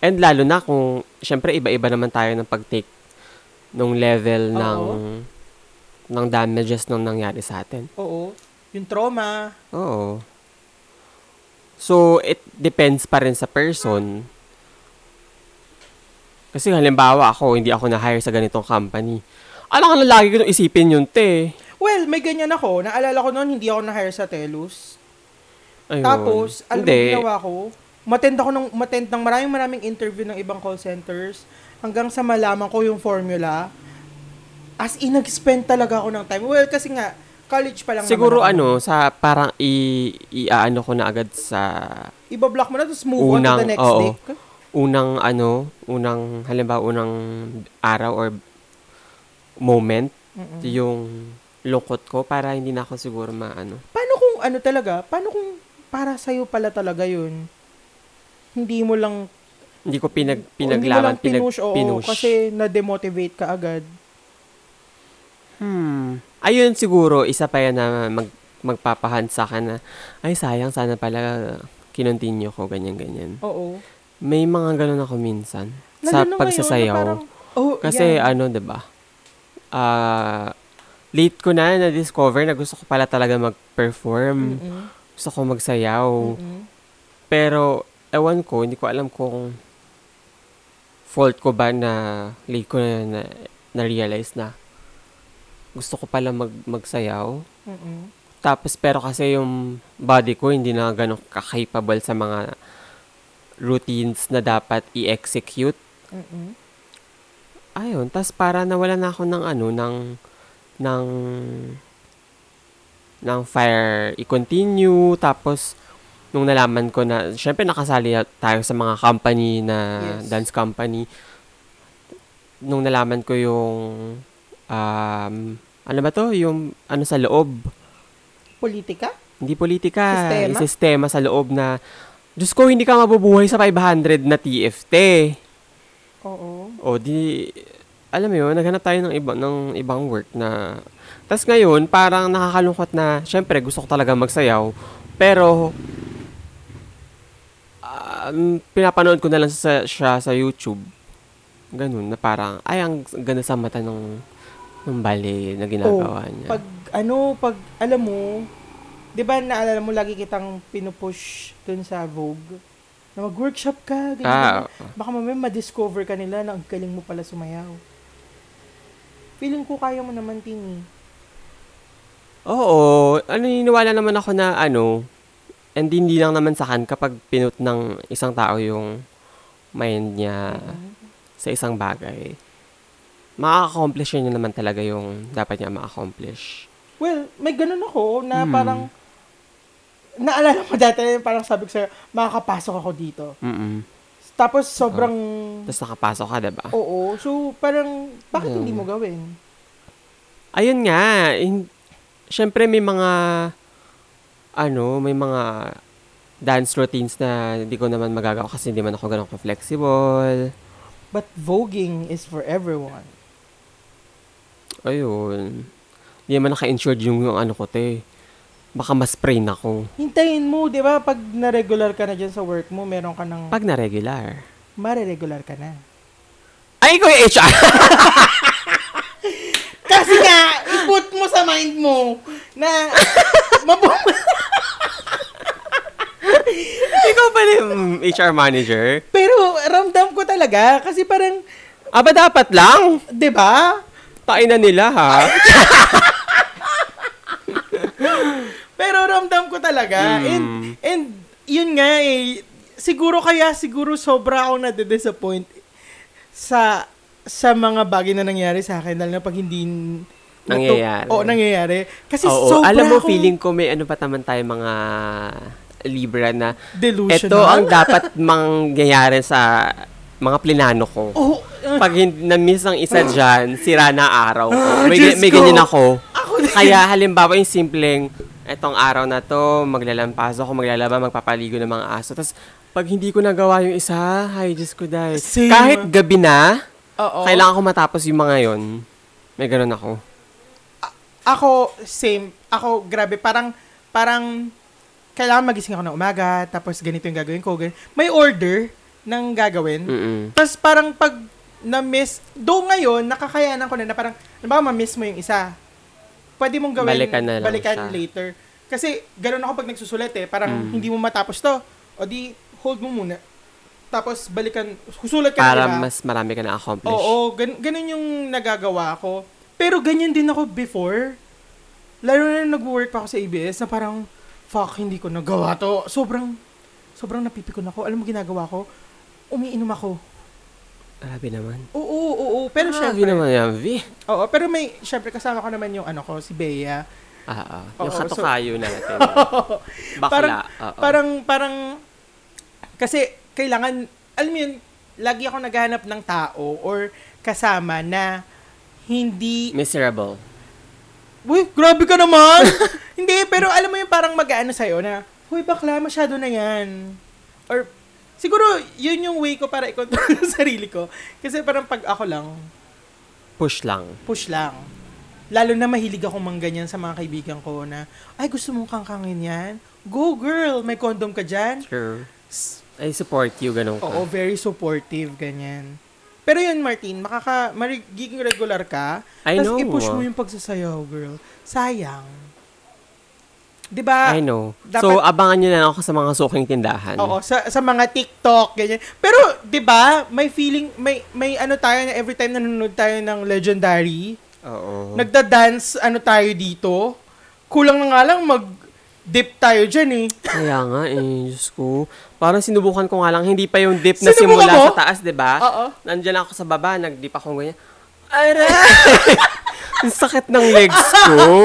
A: And lalo na kung, syempre iba-iba naman tayo ng pag-take nung level
B: Oo.
A: ng ng damages nung nangyari sa atin.
B: Oo. Yung trauma,
A: Oo. So, it depends pa rin sa person. Kasi halimbawa ako, hindi ako na-hire sa ganitong company. Alam ka na lagi ko nung isipin yun, te.
B: Well, may ganyan ako. Naalala ko noon, hindi ako na-hire sa Telus.
A: Ayun.
B: Tapos, alam mo
A: Hindi.
B: ginawa ko? Matend ako ng, matend ng maraming maraming interview ng ibang call centers hanggang sa malaman ko yung formula. As in, nag-spend talaga ako ng time. Well, kasi nga, college pa lang
A: Siguro
B: naman
A: ano, sa parang i, i-ano ko na agad sa
B: Iba-block mo na, tapos move on to the
A: Unang-
B: next
A: oo.
B: day.
A: unang ano, unang halimbawa unang araw or moment
B: Mm-mm.
A: yung lungkot ko para hindi na ako siguro maano.
B: Paano kung ano talaga? Paano kung para sa'yo pala talaga yun? Hindi mo lang
A: Hindi ko pinag
B: hindi mo lang
A: pinaglaban, pinag
B: pinush, oo,
A: pinush.
B: kasi na-demotivate ka agad.
A: Hmm. Ayun siguro isa pa yan na mag magpapahan sa akin na ay sayang sana pala kinontinue ko ganyan ganyan.
B: Oo.
A: May mga ganun ako minsan sa
B: Lalo na
A: pagsasayaw.
B: ngayon na parang- oh,
A: Kasi
B: yan.
A: ano, 'di ba? Ah, late ko na na discover na gusto ko pala talaga mag-perform.
B: Mm-mm.
A: Gusto ko magsayaw.
B: Mm-mm.
A: Pero ewan ko, hindi ko alam kung fault ko ba na late ko na na, realize na gusto ko pala mag magsayaw.
B: Mm-mm.
A: Tapos pero kasi yung body ko hindi na ganun ka-capable sa mga routines na dapat i-execute.
B: Mm-mm.
A: Ayun, tas para nawala na ako ng ano, ng, ng, ng fire i-continue, tapos, nung nalaman ko na, syempre nakasali na tayo sa mga company na
B: Yes.
A: dance company, nung nalaman ko yung, um, ano ba to? Yung, ano sa loob,
B: Politika?
A: hindi politika,
B: Sistema?
A: yung sistema sa loob na, Diyos ko, hindi ka mabubuhay sa 500 na TFT.
B: Oo.
A: O di alam mo yun, naghanap tayo ng iba ng ibang work na tas ngayon parang nakakalungkot na syempre gusto ko talaga magsayaw pero um, pinapanood ko na lang sa, siya sa YouTube. Ganun na parang ay ang ganda sa mata ng ng ballet na ginagawa niya.
B: Pag ano, pag alam mo, 'di ba naalala mo lagi kitang pinupush dun sa Vogue? Na mag-workshop ka, ganyan.
A: ah,
B: ganyan. Baka mamaya ma-discover ka nila na ang galing mo pala sumayaw. Feeling ko kaya mo naman, eh. Tini.
A: oo, ano niniwala naman ako na ano and hindi lang naman sa akin kapag pinut ng isang tao yung mind niya. sa isang bagay, maka-accomplish niya naman talaga yung dapat niya ma-accomplish.
B: Well, may ganun ako na
A: Hmm.
B: parang, naalala mo dati, parang sabi ko sa'yo, makakapasok ako dito.
A: Mm-mm.
B: Tapos sobrang,
A: Tapos nakapasok ka, diba?
B: oo. So, parang, bakit
A: Ah. Hmm.
B: hindi mo gawin?
A: Ayun nga, in, syempre may mga ano, may mga dance routines na hindi ko naman magagawa kasi hindi man ako ganun ka-flexible.
B: But voguing is for everyone.
A: Ayun. Hindi naman naka-insured yung, yung ano ko, te. Baka mas sprain ako.
B: Hintayin mo, di ba? Pag na-regular ka na dyan sa work mo, meron ka ng...
A: Pag
B: Pag...
A: na-regular.
B: Mariregular ka na.
A: Ay, ko yung HR!
B: Kasi nga, i-put mo sa mind mo na mabu-
A: Ikaw pala yung HR manager.
B: Pero ramdam ko talaga kasi parang,
A: Aba, Ah, dapat lang.
B: 'di ba?
A: Tain na nila, ha?
B: Pero ramdam ko talaga
A: Mm.
B: and and yun nga eh siguro kaya siguro sobra ako na-disappoint sa sa mga bagay na nangyari sa akin lalo na pag hindi
A: Nangyayari.
B: Oo, nangyayari. Kasi
A: Oo.
B: sobra
A: Alam mo,
B: akong
A: feeling ko may ano pa naman tayo mga Libra na
B: delusional.
A: ito ang dapat mangyayari sa mga plinano ko.
B: oh,
A: Pag hindi na-miss ang isa dyan, sira na ang araw ko.
B: Ah,
A: May,
B: Diyos
A: may
B: ko.
A: ganyan ako.
B: ako
A: Kaya halimbawa yung simpleng, etong araw na to, maglalampas ako, maglalaba, magpapaligo ng mga aso. Tapos, pag hindi ko nagawa yung isa, ay, Diyos ko dahil.
B: Same.
A: Kahit gabi na,
B: Oo.
A: kailangan ko matapos yung mga yon. May ganun ako.
B: Ako, same. Ako, grabe. Parang, parang, kailangan magising ako ng umaga, tapos ganito yung gagawin ko. gan- May order ng gagawin.
A: Mm-mm.
B: Tapos parang pag na-miss, though ngayon, nakakayanan ko na na parang, baka ma-miss mo yung isa. Pwede mong gawin,
A: Balikan na lang
B: balikan
A: siya. Mm.
B: later. Kasi, ganun ako pag nagsusulat eh. Parang, hindi mo matapos to. O di, hold mo muna. Tapos, balikan, susulat ka
A: Para
B: na, diba?
A: mas marami ka na-accomplish.
B: Oo, gan- ganun yung nagagawa ko. Pero ganyan din ako before. Lalo na nung nag-work pa ako sa ABS na parang, fuck, hindi ko nagawa to. Sobrang, sobrang napipikon ako. Alam mo ginagawa ko? Umiinom ako.
A: Grabe naman.
B: Oo, oo, oo. Pero
A: Grabe
B: syempre,
A: naman yan, V.
B: oo, pero may, syempre kasama ko naman yung ano ko, si Bea.
A: Ah, ah. Yung
B: Oo, so-
A: katukayo na natin. Bakla.
B: parang,
A: oo.
B: parang, parang, kasi kailangan, alam mo yun, lagi ako naghahanap ng tao or kasama na hindi
A: Miserable.
B: Uy, grabe ka naman! Hindi, pero alam mo yung parang mag-ano sa'yo na, Uy, bakla, masyado na yan. Or, siguro, yun yung way ko para i-control yung sarili ko. Kasi parang pag ako lang,
A: Push lang.
B: push lang. Lalo na mahilig akong mangganyan sa mga kaibigan ko na, ay, gusto mong kangkangin yan? Go, girl! May condom ka dyan?
A: Sure. I support you, ganun ka.
B: Oo, very supportive, ganyan. Pero yun, Martin, makaka, magiging regular ka.
A: I
B: tas
A: know.
B: i-push mo yung pagsasayaw, girl. Sayang. 'Di ba?
A: I know.
B: Ah, dapat-
A: so, abangan nyo na lang ako sa mga suking tindahan.
B: Oo, sa, sa mga TikTok, ganyan. Pero, di ba, may feeling, may, may ano tayo na every time nanonood tayo ng Legendary,
A: Oo.
B: Oh. nagda-dance ano tayo dito, kulang na nga lang mag-dip tayo dyan eh.
A: Kaya nga eh, Diyos ko. Parang sinubukan ko nga lang, hindi pa yung dip na
B: Sinubukan
A: simula
B: mo?
A: sa taas, di ba?
B: Oo.
A: Nandyan ako sa baba, nag-dip ako ganyan. Aray! Ang sakit ng legs ko.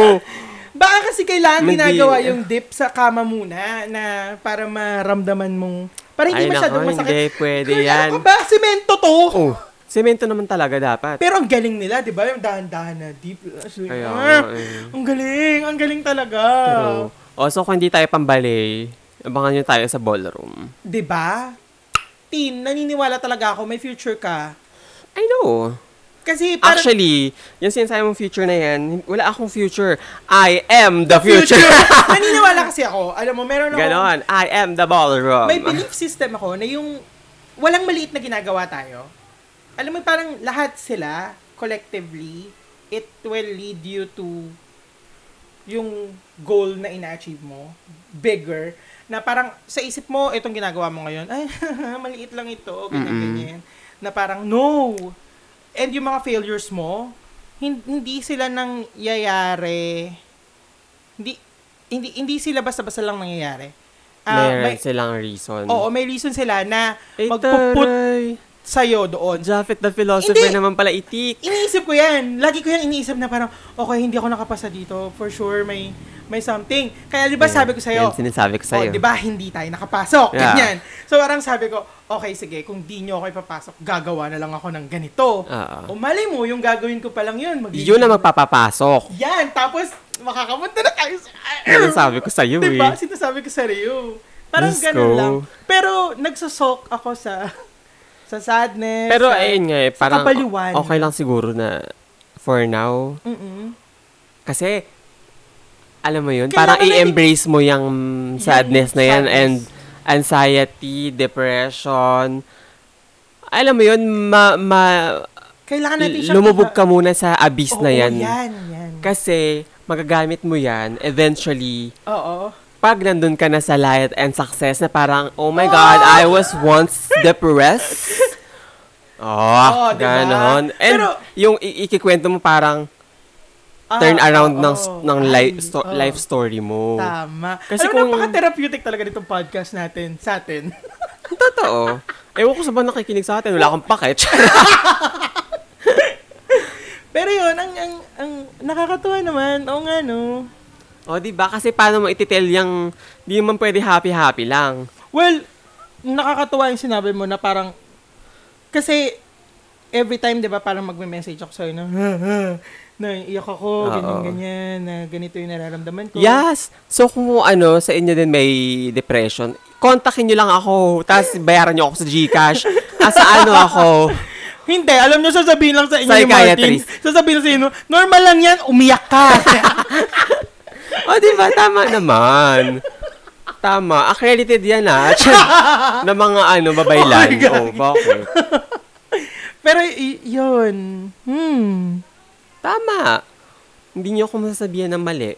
B: Baka kasi kailangan
A: Hindi.
B: ginagawa yung dip sa kama muna na para maramdaman mong, para hindi
A: Ay,
B: masyadong
A: nako,
B: masakit.
A: hindi pwede
B: Girl,
A: yan.
B: Ano ka ba? Semento to!
A: Oh, semento naman talaga dapat.
B: Pero ang galing nila, di ba? Yung dahan-dahan na deep.
A: Kaya
B: Ah,
A: nga eh.
B: ang galing, ang galing talaga.
A: Pero, oh, so kung hindi tayo pambalay, abangan nyo tayo sa ballroom.
B: 'Di ba? Tin, naniniwala talaga ako may future ka.
A: I know.
B: Kasi parang
A: Actually, yung sinasabi mong future na yan, wala akong future. I am the future.
B: naniniwala kasi ako. Alam mo, meron ako
A: Ganon. I am the ballroom.
B: may belief system ako na yung walang maliit na ginagawa tayo. Alam mo parang lahat sila collectively it will lead you to yung goal na ina-achieve mo bigger na parang sa isip mo itong ginagawa mo ngayon ay maliit lang ito ganyan
A: Mm-mm.
B: ganyan na parang no and yung mga failures mo hin- hindi sila nang yayari hindi hindi hindi sila basta-basta lang nangyayari Ah,
A: Meron
B: may-
A: silang reason.
B: Oo, may reason sila na
A: Ay,
B: magpuput
A: taray.
B: sa'yo doon.
A: Japheth the philosopher
B: Hindi.
A: naman pala itik.
B: Iniisip ko yan. Lagi ko yan iniisip na parang, okay, hindi ako nakapasa dito. For sure, may may something. Kaya di ba Diba sabi ko sa'yo,
A: Yan, sinasabi ko sa'yo.
B: oh, di ba hindi tayo nakapasok?
A: Yeah.
B: Ganyan. So parang sabi ko, okay, sige, kung di nyo ako ipapasok, gagawa na lang ako ng ganito.
A: Oo.
B: O mali mo, yung gagawin ko pa lang yun.
A: Yun
B: magiging-
A: ang magpapapasok.
B: Yan, tapos makakapunta na tayo sa...
A: Yan ang Ano sabi ko sa'yo
B: Diba?
A: eh.
B: Sinasabi ko sa Rio. Parang
A: Let's
B: ganun
A: go.
B: lang. Pero nagsasok ako sa sa sadness.
A: Pero
B: sa,
A: ayun nga eh,
B: sa
A: parang
B: kabaliwan.
A: okay lang siguro na for now.
B: Mm-mm.
A: Kasi, alam mo yun,
B: Kailangan
A: parang
B: na
A: i-embrace mo yung sadness na yan
B: sadness.
A: and anxiety, depression. Alam mo yun, ma, ma,
B: Kailangan natin siya...
A: lumubog ka muna sa abyss na yan.
B: yan, yan.
A: Kasi, magagamit mo yan eventually
B: Oo.
A: pag nandun ka na sa light and success na parang, oh my God, I was once depressed.
B: Oo,
A: Oh,
B: diba?
A: ganon. And
B: Pero-
A: yung i- ikikwento mo parang
B: Ah,
A: turn around
B: oo,
A: ng,
B: oo.
A: ng life,
B: Ay,
A: sto-
B: oo.
A: life story mo.
B: Tama. Kasi
A: Kasi
B: Alam,
A: kung-
B: kung... napaka-therapeutic talaga nitong podcast natin, sa atin.
A: Totoo. Ewan ko sa ba nakikinig sa atin. Wala akong paket.
B: Pero yun, ang, ang, ang nakakatuwa naman, oo nga no.
A: o, di ba? Kasi paano mo ititel yung di man pwede happy-happy lang.
B: Well, nakakatuwa yung sinabi mo na parang, kasi every time, di ba, parang magme-message ako sa'yo na, na iyak
A: Oo.
B: ako, ganyan-ganyan, na ganito yung nararamdaman ko.
A: Yes! So, kung ano, sa inyo din may depression, kontakin nyo lang ako. Tapos, bayaran nyo ako sa Gcash. Asa ano ako.
B: Hindi, alam nyo, sasabihin lang sa inyo ni Martin.
A: Psychiatrist.
B: Sasabihin lang sa inyo, normal lang yan, umiyak ka.
A: O, di ba? Tama naman. Tama. Accredited yan, ha? Tsk, na mga ano, babaylan.
B: Oh my God.
A: Oh, bakit?
B: Pero y- yun, hmm.
A: Tama. Hindi niyo ako masasabihan ng mali.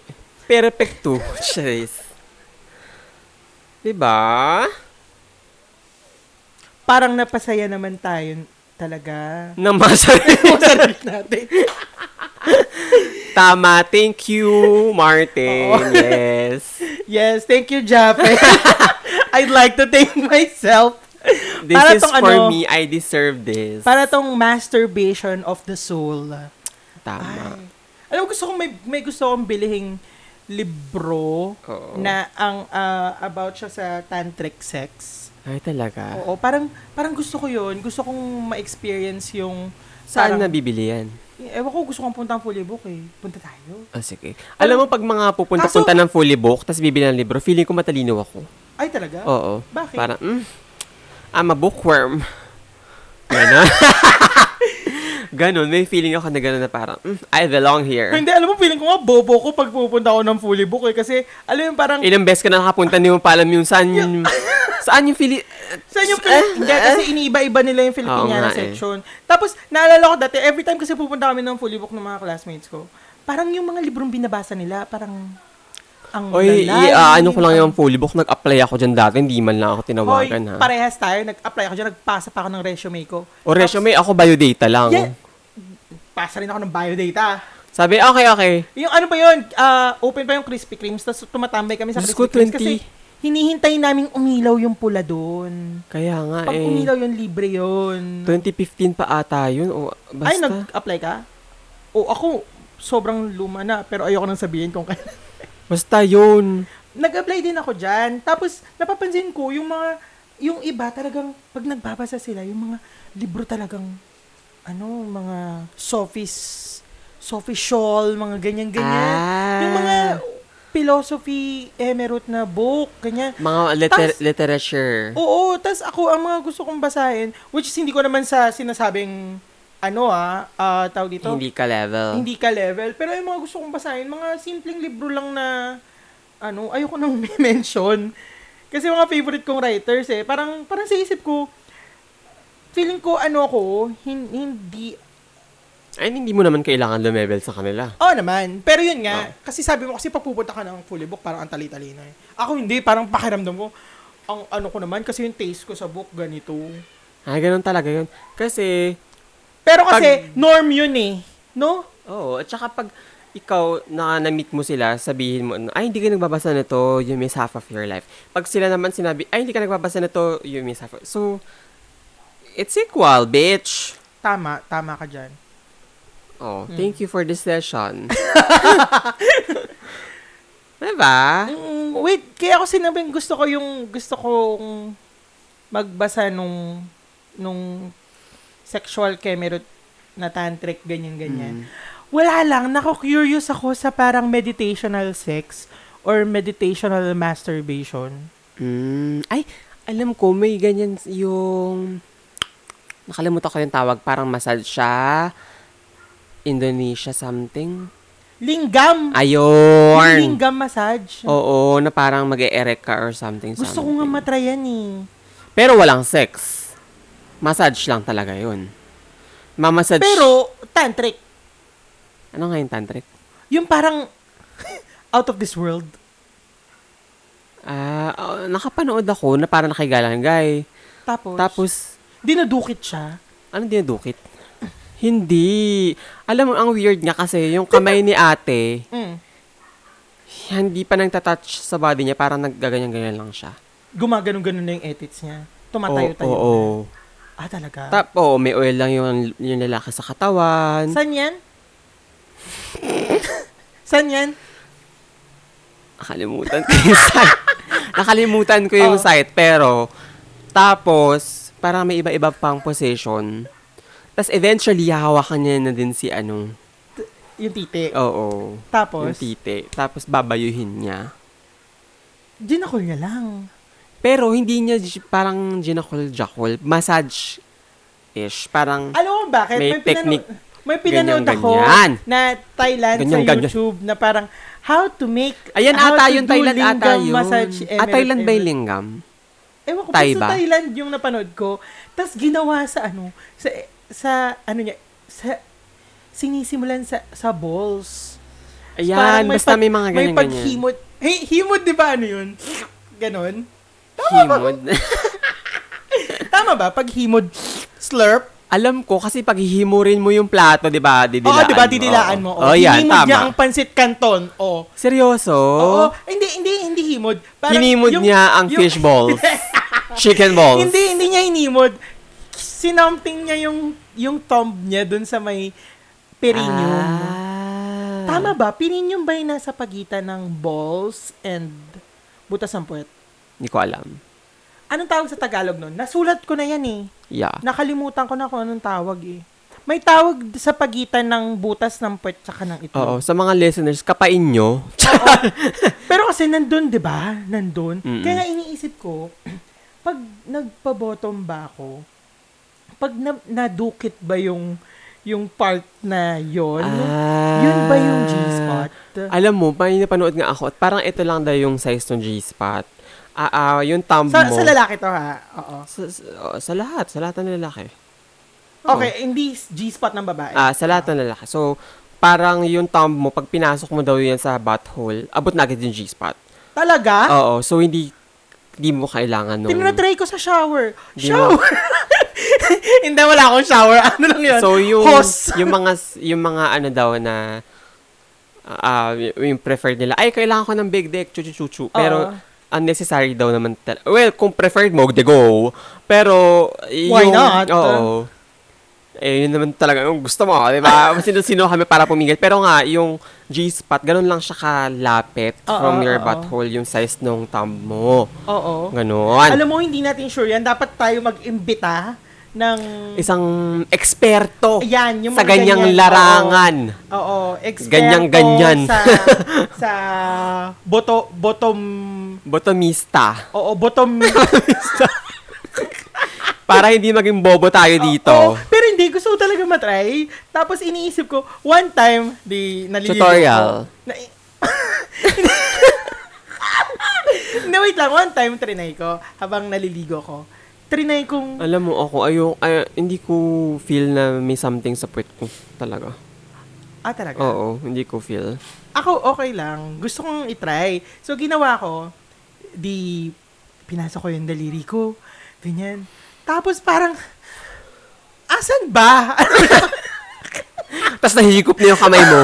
A: Perpekto. Charis. Diba?
B: Parang napasaya naman tayo talaga.
A: Nang masarili.
B: Masarap natin.
A: Tama. Thank you, Martin. Yes.
B: Yes, thank you, Jappe. I'd like to thank myself.
A: This
B: Para
A: is
B: tong
A: for
B: ano-
A: me. I deserve this.
B: Para tong masturbation of the soul.
A: Tama.
B: Alam mo, gusto kong may, may gusto kong bilihing libro
A: Oo.
B: na ang ah, about siya sa tantric sex.
A: Ay, talaga.
B: Oo, parang parang gusto ko 'yun. Gusto kong ma-experience yung
A: Saan
B: parang- eh,
A: nabibili yan?
B: Ewan ko, gusto kong punta ang fully book eh. Punta tayo.
A: Ah, sige. Alam mo, pag mga pupunta-punta ng fully book, tapos bibili ng libro, feeling ko matalino ako.
B: Ay, talaga?
A: Oo.
B: Ah, Bakit?
A: Parang, mm, I'm a bookworm. Ganon. ganon. May feeling ako na ganon na parang, mm, I belong here.
B: Hindi, alam mo, feeling ko nga bobo ko pag pupunta ako ng fully book eh. Kasi, alam mo, parang
A: Ilang beses ka na nakapunta, hindi mo pa alam yung saan yung, saan yung feeling.
B: Sa inyo, Pil- hindi, kasi iniiba-iba nila yung Filipiniana
A: Eh, Oo nga eh.
B: section. Tapos, naalala ko dati, every time kasi pupunta kami ng fully book ng mga classmates ko, parang yung mga librong binabasa nila, parang ang
A: Oy, i-
B: lalalim,
A: ah, ano ko lang
B: ang-
A: yung fully book, nag-apply ako dyan dati, hindi man lang ako
B: Hoy,
A: tinawagan ha.
B: parehas tayo. Nag-apply ako dyan, nagpasa pa ako ng resume ko.
A: O resume, ako biodata lang.
B: Yeah. Pasa rin ako ng biodata.
A: Sabi, okay, okay.
B: Yung ano pa yun, ah, open pa yung Krispy Kremes, tapos tumatambay kami sa
A: Diyos ko,
B: Krispy Kremes
A: 20.
B: kasi hinihintay naming umilaw yung pula doon.
A: Kaya nga
B: Pag
A: eh.
B: umilaw yun, libre yun.
A: 2015 pa ata yun. O, basta.
B: Ay, nag-apply ka? O ako, sobrang luma na, pero ayoko nang sabihin kung kailan.
A: Basta yun.
B: nag-apply din ako dyan. Tapos, napapansin ko, yung mga, yung iba talagang, pag nagbabasa sila, yung mga libro talagang, ano, mga sophies, sophy shawl, mga ganyan-ganyan.
A: Ah.
B: Yung mga philosophy emerald na book, ganyan.
A: Mga liter-
B: Tas-
A: literature.
B: Oo, tas ako ang mga gusto kong basahin, which is hindi ko naman sa sinasabing, ano ah, ah, tawag dito,
A: Hindi ka level.
B: hindi ka level. Pero yung mga gusto kong basahin, mga simpleng libro lang na, ano, ayoko nang mention. Kasi mga favorite kong writers eh, parang, parang sa isip ko, feeling ko ano ako, hin- hindi,
A: Ay, hindi mo naman kailangan lumevel sa kanila.
B: oo oh naman. Pero yun nga, kasi sabi mo kasi papupunta ka ng fully book, parang ang tali-talino eh. Ako hindi, parang pakiramdam ko, ang ano ko naman, kasi yung taste ko sa book ganito.
A: Ay, Ah, ganun talaga yun. Kasi,
B: Pero kasi, norm yun eh. No?
A: oo, at saka pag ikaw na na-meet mo sila, sabihin mo, ay, hindi ka nagbabasa nito, you miss half of your life. Pag sila naman sinabi, ay, hindi ka nagbabasa nito, you miss half of... So, it's equal, bitch!
B: Tama, tama ka dyan.
A: Oh, thank you for this session. diba?
B: Mm, wait, kaya ako sinabing gusto ko yung gusto kong magbasa nung nung sexual kemerut na tantric ganyan ganyan. wala lang, nako-curious ako sa parang meditational sex or meditational masturbation.
A: Mm, ay, alam ko, may ganyan s- yung... Nakalimutan ko yung tawag. Parang massage siya. Indonesia something.
B: Linggam!
A: Ayorn!
B: Linggam massage.
A: Oo, na parang mag erect ka or something.
B: Gusto Oh, ko
A: something.
B: nga matry yan eh.
A: Pero walang sex. Massage lang talaga yun. Mamassage.
B: Pero, tantric.
A: Ano nga yung tantric?
B: Yung parang out of this world.
A: Ah, oh, nakapanood ako na parang nakigalan guy.
B: Tapos,
A: Tapos,
B: dinadukit siya.
A: ano dinadukit? Hindi. Alam mo, ang weird nga kasi, yung kamay ni ate,
B: Mm.
A: hindi pa nagtatouch sa body niya, parang naggaganyan-ganyan lang siya.
B: Gumaganon-ganon na yung edits niya.
A: Oo,
B: Tumatayo-tayo.
A: oo,
B: na.
A: oo.
B: Ah, talaga?
A: Tap, oo, may oil lang yung, yung lalaki sa katawan.
B: San yan? San yan?
A: Nakalimutan ko yung site. Nakalimutan ko yung
B: Oo.
A: site, pero, tapos, parang may iba-iba pang position. Tapos, eventually, hahawakan niya na din si ano.
B: Yung titi.
A: Oo.
B: Tapos,
A: Oh, Yung titi. Tapos, babayuhin niya.
B: ginakol niya lang.
A: Pero, hindi niya j- parang ginakol-jakol. Massage-ish. Parang,
B: Alam mo bakit?
A: May
B: pinanood-
A: technique.
B: may pinanood
A: Ganyan,
B: ako
A: ganyan.
B: na Thailand
A: Ganyan,
B: sa
A: ganyan.
B: YouTube na parang how to make
A: ayan
B: how
A: ata
B: to
A: yung
B: do
A: Thailand ata
B: lingam
A: yun.
B: massage
A: Ah,
B: emirate,
A: Thailand ba yung
B: emirate.
A: lingam?
B: Ewan ko,
A: Thai
B: basta
A: ba?
B: Thailand yung napanood ko. Tapos ginawa sa ano, sa, sa ano niya, sa, sinisimulan sa, sa balls.
A: Ayan, basta may mga ganyan-ganyan.
B: May paghimod. Hey, himod, di ba ano yun? Ganon.
A: Himod.
B: Tama ba? Paghimod, slurp.
A: Alam ko, kasi paghihimurin mo yung plato, di ba,
B: Oo,
A: didilaan
B: di ba? Didilaan mo.
A: Oo, Oh, yan,
B: Hinimod niya
A: tama.
B: ang
A: Oh.
B: pansit canton. Oo.
A: Seryoso?
B: Oo. Hindi, hindi, hindi himod. Parang
A: Hinimod
B: yung-
A: niya ang
B: yung-
A: fish balls. Chicken balls.
B: Hindi, hindi niya hinimod. Sinamping niya yung yung thumb niya dun sa may perineum.
A: Ah.
B: Tama ba? Perineum ba yung nasa pagitan ng balls and butas ng puwet?
A: Hindi ko alam.
B: Anong tawag sa Tagalog nun? Nasulat ko na yan eh.
A: Yeah.
B: Nakalimutan ko na kung anong tawag eh. May tawag sa pagitan ng butas ng puwet tsaka ng itlog.
A: Oo, sa mga listeners, kapain nyo.
B: Pero kasi nandun, di ba? Nandun.
A: Mm-mm.
B: Kaya nga iniisip ko, pag nagpa-bottom ba ako, pag na- nadukit ba yung yung part na yon yun ba yung G-spot?
A: Ah. Alam mo, may napanood nga ako at parang ito lang daw yung size ng G-spot. Ah, ah, yung thumb
B: Sa,
A: mo.
B: sa lalaki to ha? Oo.
A: Sa, sa, oh, sa lahat. Sa lahat ng lalaki.
B: Okay, hindi G-spot ng babae.
A: Ah, sa lahat ng lalaki. So, parang yung thumb mo, pag pinasok mo daw yan sa butthole, abot na agad yung G-spot.
B: Talaga?
A: Oo, so hindi, hindi mo kailangan nung...
B: Tinatry ko sa shower.
A: Di
B: shower! hindi, wala akong shower. Ano lang yun?
A: So, yung,
B: Hose.
A: yung mga, yung mga ano daw na, ah, y- yung preferred nila, ay, kailangan ko ng big dick, chuchu-chuchu. Pero,
B: Oo.
A: unnecessary daw naman tal- Well, kung preferred mo, de go. Pero, eh,
B: Why not? Ah.
A: Oo. Eh, yun naman talaga yung gusto mo, di ba? Sino-sino kami para pumigil. Pero nga, yung G-spot, ganun lang siya kalapit
B: Oo,
A: from your
B: oo.
A: butthole, yung size ng thumb mo.
B: Oo.
A: Ganun.
B: Alam mo, hindi natin sure yan. Dapat tayo mag-imbita ng...
A: Isang eksperto
B: Ayan, yung
A: sa
B: mga
A: ganyang
B: ganyan.
A: larangan.
B: Oo, eksperto
A: Ganyan-ganyan.
B: sa sa boto bottom
A: Botomista.
B: Oo, bottom
A: Para hindi maging bobo tayo dito.
B: Oo, pero hindi gusto ko talaga matry. Tapos iniisip ko, one time di naliligo
A: Tutorial.
B: Ko, na, hindi, wait lang. One time trinay ko habang naliligo ko. Trinay kong,
A: Alam mo ako, ayo ay, hindi ko feel na may something sa puwet ko talaga.
B: ah talaga?
A: Oo, hindi ko feel.
B: Ako okay lang. Gusto kong itry. So, ginawa ko, di, pinasok ko yung daliri ko. Ganyan. Tapos parang, asan ba?
A: Tapos nahihigop na yung kamay mo.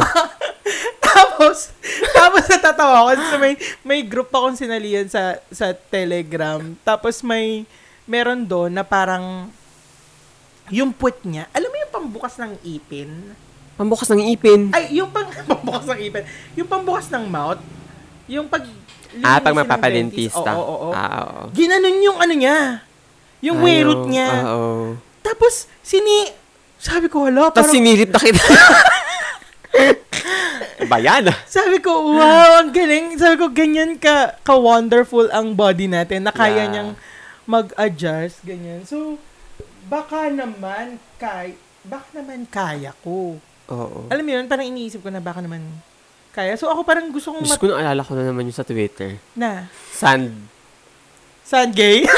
B: tapos, tapos natatawa ako. So, may, may group akong sinalihan sa, sa Telegram. Tapos may, meron doon na parang, yung puwet niya, alam mo yung pambukas ng ipin?
A: Pambukas ng ipin.
B: Ay, yung pang, pambukas ng ipin. Yung pambukas ng mouth, yung pag,
A: ah, pag
B: lilinisin ng
A: mapapalintista.
B: dentist. Oo, oo, oo.
A: Ah, oo.
B: Ginanon yung ano niya. Yung
A: Ayaw.
B: werut niya.
A: Ah, Oo.
B: Tapos, sini... Sabi ko, hala,
A: Tapos
B: parang...
A: sinirip na kita. Ba yan?
B: Sabi ko, wow, ang galing. Sabi ko, ganyan ka, ka-wonderful ang body natin na kaya
A: Yeah.
B: niyang mag-adjust, ganyan. So, baka naman, kay, baka naman kaya ko.
A: Oo.
B: Alam mo yun, parang iniisip ko na baka naman kaya. So, ako parang gusto kong
A: Diyos
B: mat-
A: ko, naalala ko na naman yung sa Twitter.
B: na,
A: Sand.
B: saan gay?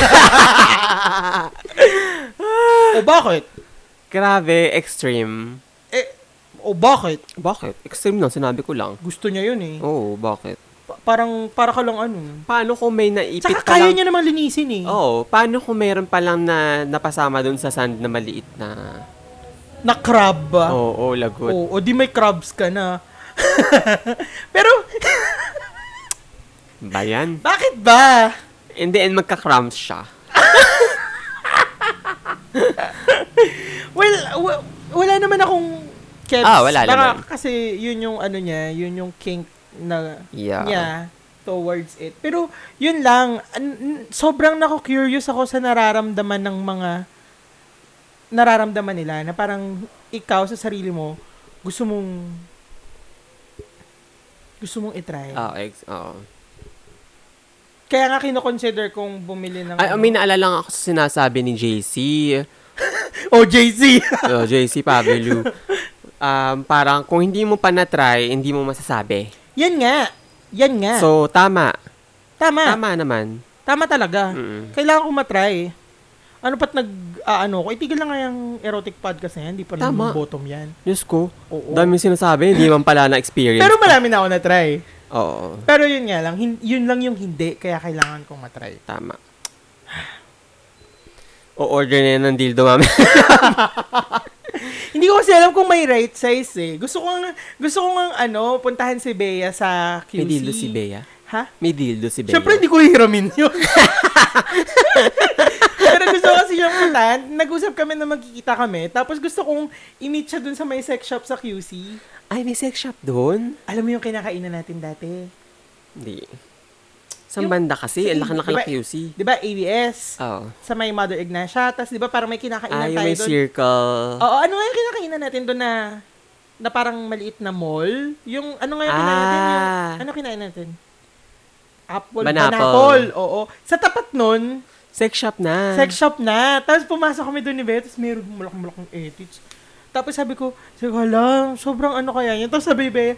B: o bakit?
A: Grabe, extreme.
B: Eh, o bakit?
A: Bakit? Extreme lang, sinabi ko lang.
B: Gusto niya yun eh.
A: Oo, bakit?
B: Pa- parang, para ka lang ano.
A: Paano kung may naipit
B: Tsaka
A: ka lang?
B: kaya
A: Oh.
B: niya namang linisin eh.
A: Oo, paano kung mayroon pa lang na napasama dun sa sand na maliit na...
B: Na crab ba?
A: Oo, lagot.
B: Ah. Oo, o di may crabs ka na. Pero,
A: Ba yan?
B: bakit ba?
A: And then, magka-cramps siya.
B: Well, w- wala naman akong keps.
A: Ah, wala
B: Baka
A: naman.
B: Kasi yun yung ano niya, yun yung kink na
A: Yeah.
B: niya towards it. Pero, yun lang, an- n- sobrang nako-curious ako sa nararamdaman ng mga nararamdaman nila na parang ikaw sa sarili mo, gusto mong gusto mong
A: Oo,
B: itry.
A: Ah, ex- oo.
B: Kaya nga kinoconsider kong bumili ng... ano.
A: Ay, ah, may naalala nga ako sa sinasabi ni JC. ah,
B: Oh, JC!
A: Oh, JC Pabelu. Um, parang kung hindi mo pa na-try, hindi mo masasabi.
B: Yan nga. Yan nga.
A: So, tama.
B: tama. tama.
A: Tama naman.
B: talaga.
A: Mm-mm.
B: Kailangan ko matry. Ano pat nag, ah, ano ko, itigil na nga yung erotic podcast na yan. Hindi pa naman
A: Tama.
B: bottom yan.
A: Diyos ko.
B: Oo.
A: Daming sinasabi, hindi man pala na-experience.
B: Pero marami na ako na-try.
A: Oo,
B: Pero yun nga lang, hin- yun lang yung hindi, kaya kailangan kong matry.
A: tama. O order na yan ng dildo, mami.
B: Hindi ko kasi alam kung may right size eh. Gusto ko nga, gusto ko nga, ano, puntahan si Bea sa QC.
A: May dildo si Bea.
B: Ha?
A: May dildo si Bea.
B: Siyempre, hindi ko hiramin yun. Pero gusto ko kasi yung puntahan. Nag-usap kami na magkikita kami. Tapos gusto kong i-meet siya dun sa may sex shop sa QC.
A: Ay, may sex shop doon?
B: Alam mo yung kinakainan natin dati?
A: Hindi. Saan
B: Yung- diba-
A: banda kasi?
B: sa
A: Ang laki-laki ng
B: iba-
A: QC.
B: Di ba, ABS?
A: Oo.
B: Sa may Mother Ignacia. Tapos di ba, parang may kinakainan
A: Ay, Ah. yung
B: tayo
A: may
B: doon.
A: circle.
B: Oo, ano nga yung kinakainan natin doon na na parang maliit na mall? Yung, ano nga yung kinain natin? Yung,
A: Ah.
B: ano kinain natin? Apple,
A: Banapol.
B: banapol. Oo. Sa tapat nun,
A: Sex shop na.
B: Sex shop na. Tapos pumasok kami doon ni Bea, tapos meron malakang-malakang edits. Tapos sabi ko, sabi ko, "Hala, sobrang ano kaya yan. Tapos sabi ni Bea,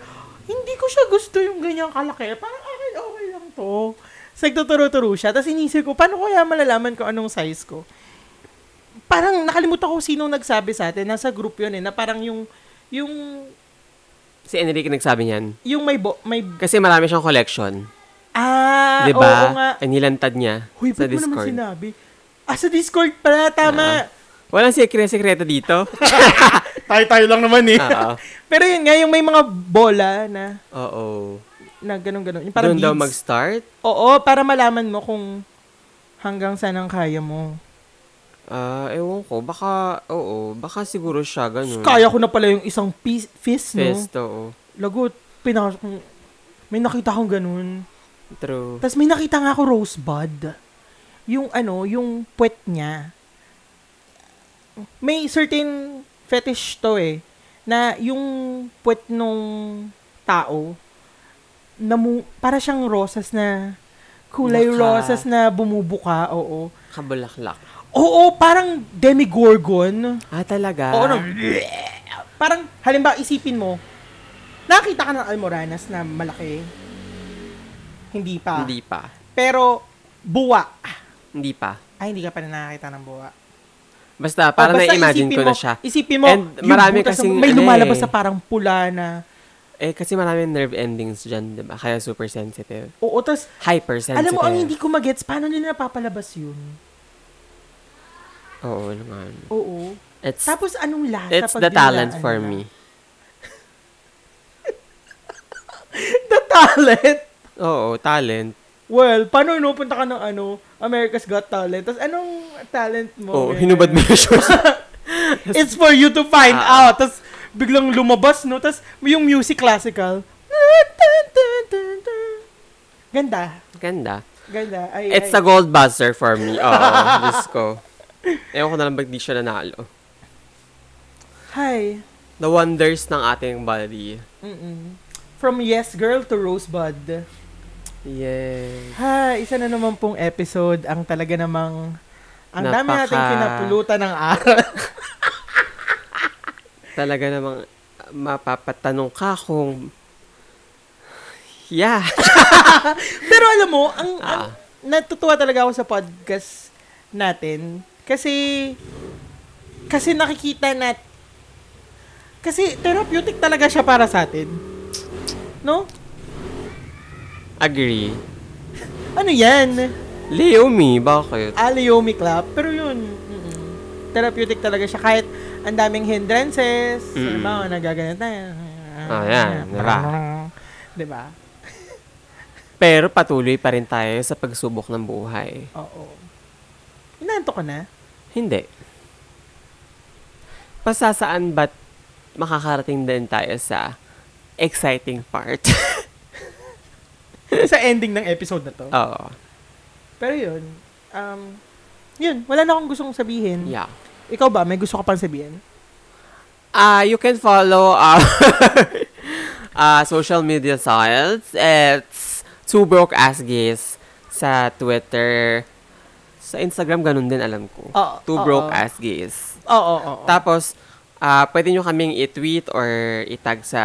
B: hindi ko siya gusto yung ganyang kalaki. Parang akin, okay lang to. So, nagtuturo-turo siya. Tapos inisip ko, paano kaya malalaman ko anong size ko? Parang nakalimutan ko sino nagsabi sa atin. Nasa group yun eh, na parang yung, yung,
A: Si Enrique nagsabi niyan.
B: yung may, bo, may,
A: Kasi marami siyang collection.
B: ah,
A: Di
B: oo
A: ba?
B: nga.
A: Ang nilantad niya
B: Huy,
A: Diba? sa
B: ba't mo naman
A: Discord. Ah.
B: sinabi? Ah, sa Discord pala, tama.
A: Walang sikre-sekreto dito.
B: Tayo-tayo lang naman eh.
A: Oo.
B: Pero yun nga, yung may mga bola na,
A: Oo.
B: na ganun-ganun. Yung parang
A: Doon daw
B: beads.
A: mag-start?
B: Oo, para malaman mo kung hanggang saan ang kaya mo.
A: Ah, ewan ko. Baka, oo. Baka siguro siya, ganun.
B: Kaya ko na pala yung isang piece, fist, no?
A: Fest, oo.
B: Lagot, pinasok ko- May nakita akong ganun.
A: True.
B: Tapos may nakita nga ako rosebud. Yung ano, yung puwet niya. May certain fetish to eh, na yung puwet nung tao, na mu- para siyang rosas na kulay
A: Naka-
B: rosas na bumubuka, oo.
A: Kabulaklak.
B: Oo, parang demigorgon.
A: Ah, talaga?
B: Oo, no. Parang, halimbawa, isipin mo, nakakita ka ng almoranas na malaki. Hindi pa.
A: Hindi pa.
B: Pero, buwa. Ah,
A: Hindi pa.
B: Ay, hindi ka pa na nakakita ng buwa.
A: Basta,
B: O,
A: parang
B: Oh, basta
A: na-imagine
B: isipin
A: ko
B: mo,
A: na siya.
B: Isipin mo,
A: And
B: yung
A: marami
B: butas ng-
A: kasing
B: may
A: ano
B: lumalabas
A: eh.
B: sa parang pula na,
A: Eh, kasi maraming nerve endings dyan, di ba? Kaya super sensitive.
B: oo, tas,
A: Hypersensitive.
B: alam mo, ang hindi ko magets, paano nila napapalabas yun?
A: Oo, naman.
B: Oo.
A: It's,
B: Tapos, anong lasa
A: it's
B: pag ano
A: the talent
B: dinilaan
A: for
B: nila?
A: me.
B: The talent?
A: Oo, talent.
B: Well, paano inupunta ka ng ano, America's Got Talent? Tapos, anong talent mo?
A: Oo,
B: Ganyan.
A: hinubad mo yung shoes.
B: It's for you to find
A: Ah.
B: out. Tapos, biglang lumabas, no? Tapos, yung music classical. Ganda.
A: Ganda.
B: Ganda. Ay,
A: It's
B: ay.
A: a gold buzzer for me. Oo, Diyos ko. Ewan ko na lang ba't di siya nanalo.
B: Hi.
A: The wonders ng ating body.
B: Mm-mm. From Yes Girl to Rosebud.
A: Yes.
B: Ha, isa na naman pong episode ang talaga namang ang dami
A: Napaka-
B: nating pinapulutan ng aral.
A: Talaga namang ah, mapapatanong ka kung... Yeah.
B: Pero alam mo, ang,
A: Ah.
B: ang natutuwa talaga ako sa podcast natin kasi kasi nakikita nat kasi therapeutic talaga siya para sa atin. No?
A: Agree.
B: Ano yan?
A: Leomi, bakit?
B: Aliyomi Club. Pero yun, mm-mm. therapeutic talaga siya. Kahit ang daming hindrances, mm.
A: Mm-mm.
B: ba, nagaganit na.
A: Oh, yan, diba?
B: Diba?
A: Pero patuloy pa rin tayo sa pagsubok ng buhay.
B: Oo. Inaanto ka na?
A: Hindi. Pasasaan ba't makakarating din tayo sa exciting part?
B: Sa ending ng episode na to.
A: Oo.
B: Pero yun, um, yun, wala na akong gustong sabihin.
A: Yeah.
B: Ikaw ba, may gusto ka pang sabihin?
A: Ah, you can follow our ah, social media sites. It's Two Broke Ass Gays sa Twitter. Sa Instagram, ganun din alam ko.
B: Oo,
A: Two
B: oo.
A: Broke Ass Gays.
B: Oo, oo, oo.
A: Tapos, ah pwede nyo kaming i-tweet or itag sa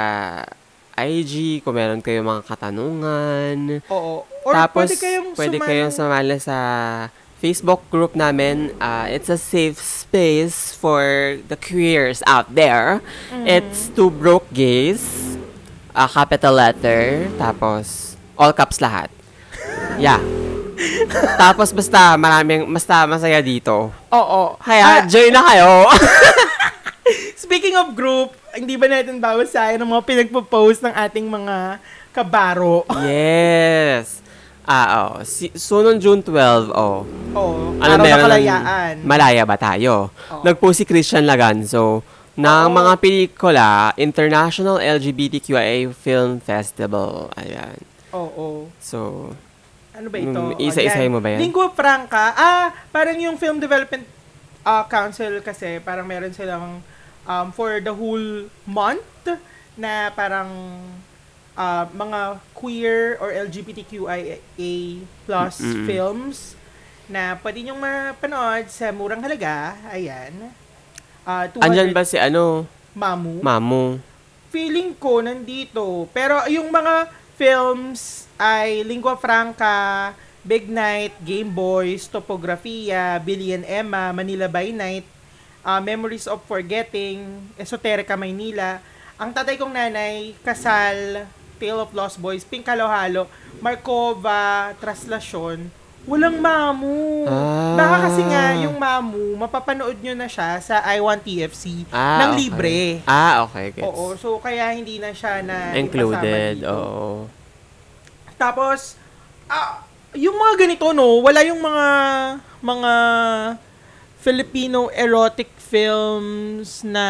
A: IG kung meron kayong mga katanungan.
B: oo. Or
A: Tapos,
B: pwede kayong
A: pwede
B: sumali-
A: kayong sumali sa Facebook group namin. Ah, it's a safe space for the queers out there.
B: Mm-hmm.
A: It's Two Broke Gays, a capital letter, tapos all caps lahat. Yeah. tapos basta maraming, basta masaya dito.
B: Oo. Ah.
A: Kaya join na kayo.
B: Speaking of group, hindi ba natin bawasahin ang mga pinagpo-post ng ating mga kabaro?
A: Yes. Ah, oh. Si, so, noong June 12, oh. Ano
B: Oo. Araw
A: meron?
B: na kalayaan.
A: Malaya ba tayo?
B: Oo.
A: Nag-post si Christian Laganzo ng
B: Oo.
A: mga pelikula International LGBTQIA Film Festival. Ayan.
B: oo.
A: So,
B: Ano ba ito?
A: Mm, isa-isahin
B: Ayan.
A: mo ba yan?
B: Lingua franca. Ah, parang yung Film Development ah, Council kasi, parang meron silang um, for the whole month na parang ah, mga queer or LGBTQIA plus
A: Mm-mm.
B: films na pwede nyong mapanood sa murang halaga. Ayan. Ah, 200
A: andyan ba si ano,
B: Mamu?
A: Mamu?
B: feeling ko nandito. Pero yung mga films ay Lingua Franca, Big Night, Game Boys, Topografiya, Billy and Emma, Manila by Night, uh, Memories of Forgetting, Esoterica Maynila, Ang Tatay Kong Nanay, Kasal, Tale of Lost Boys, Pink Halo-Halo, Markova, Traslasyon, Walang Mamu.
A: Ah.
B: Baka kasi nga yung Mamu, mapapanood nyo na siya sa I Want TFC ng
A: Ah, okay.
B: libre.
A: Ah, okay. Gets.
B: Oo, so kaya hindi na siya na
A: Included.
B: ipasama dito.
A: Oo.
B: Tapos ah, yung mga ganito no, wala yung mga mga Filipino erotic films na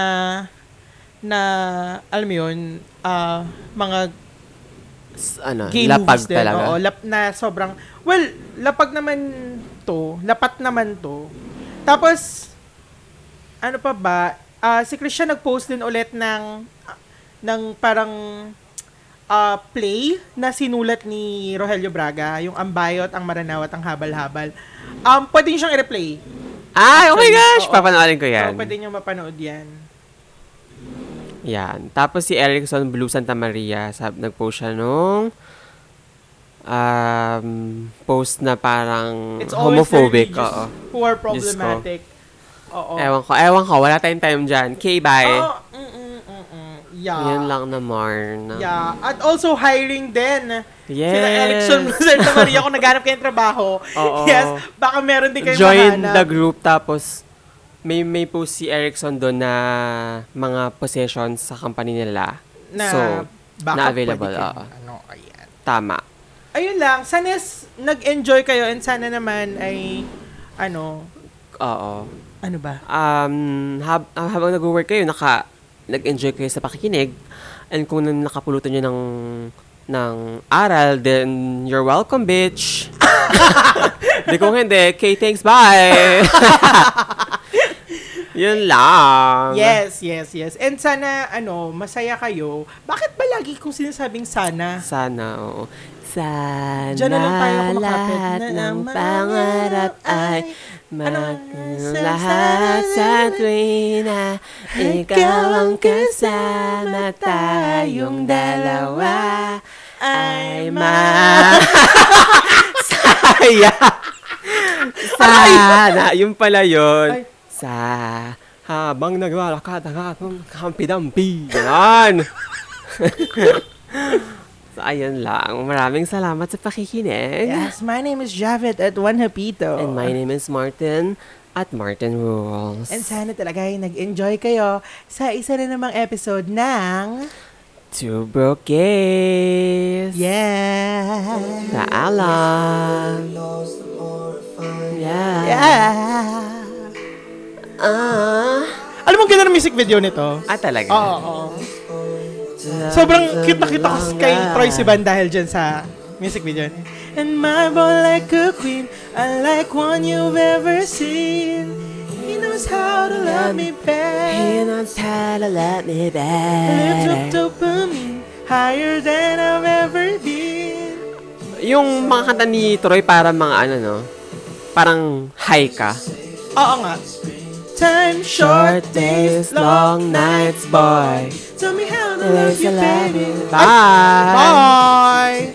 B: na alam mo yun, ah, mga
A: S- Ano,
B: gay
A: lapag
B: movies din.
A: talaga.
B: Oo, lap na sobrang well, lapag naman to, lapat naman to. Tapos ano pa ba? Ah, si Christian nag-post din ulit ng ng parang ah, play na sinulat ni Rogelio Braga, yung Ambayot, ang Maranao at ang Habal-Habal. Um, pwede niyo siyang i-replay.
A: Ay, oh my
B: Actually,
A: gosh!
B: oo.
A: Papanoorin ko yan.
B: So, pwede niyo mapanood yan.
A: Yan. Tapos si Erickson Blue Santa Maria, sab nag-post siya nung um, post na parang
B: It's
A: Mm.
B: always
A: homophobic.
B: the religious Oh.
A: Oo.
B: who are
A: ko.
B: problematic. Oo. Ah, mm,
A: Ewan ko. Ewan ko. Wala tayong time dyan. Okay, bye.
B: Oo, mm-mm, mm-mm. Yeah.
A: Yan lang na Marn.
B: Oh. Yeah. At also hiring din.
A: Yes.
B: Sila Erickson Santa Maria, kung naghanap kayo ng trabaho,
A: Oo.
B: yes, baka meron din kayo
A: Join
B: mahanap.
A: the group tapos may may post si Erickson doon na mga possessions sa company nila.
B: na
A: so,
B: baka
A: na available,
B: pwede kayo,
A: oo.
B: ano, ayan.
A: tama.
B: Ayun lang, sana is nag-enjoy kayo and sana naman ay, ano,
A: Oo.
B: ano ba?
A: um, hab- ah, habang nag-work kayo, naka, nag-enjoy kayo sa pakikinig. And kung nan- nakapulutan nyo ng, ng aral, then you're welcome, bitch. Di kung hindi, okay, thanks, bye. Yun lang.
B: Yes, yes, yes. And sana, ano, masaya kayo. Bakit ba lagi kong sinasabing sana?
A: Sana, oo. Sana
B: Diyan na lang tayo kumakapit.
A: lahat
B: Na-
A: ng
B: na-
A: pangarap ay
B: Ano?
A: mag lahat sa tuwina. Ikaw ang kasama tayong dalawa. Ay ma... Saya! Sana! Yun pala
B: Ay.
A: yun. Sa... Habang nagwalakad ang atong kampi-dampi. Yan! so, ayun lang. Maraming salamat sa pakikinig.
B: Yes, my name is Javet at Juan Hapito.
A: And my name is Martin at Martin Rules.
B: And sana talaga ay nag-enjoy kayo sa isa na namang episode ng...
A: Two Broke Gays.
B: Yeah!
A: Paalam. Yeah.
B: Yeah!
A: Ah.
B: Alam mo, ang ganda ng music video nito?
A: Ah, talaga.
B: Oo, oo. Sobrang cute na kita ko kay Troy Sivan dahil dyan sa music video niya. And my boy like a queen, I like one you've ever seen. He knows how to love me
A: He
B: back.
A: knows how to let me
B: Lift up
A: back.
B: dopamine, higher than I've ever been.
A: Yung mga kanta ni Troy, parang mga ano, no? Parang high ka.
B: Oo nga. Time, short days, long nights, boy. Tell me how to love you, baby.
A: Bye!
B: Bye!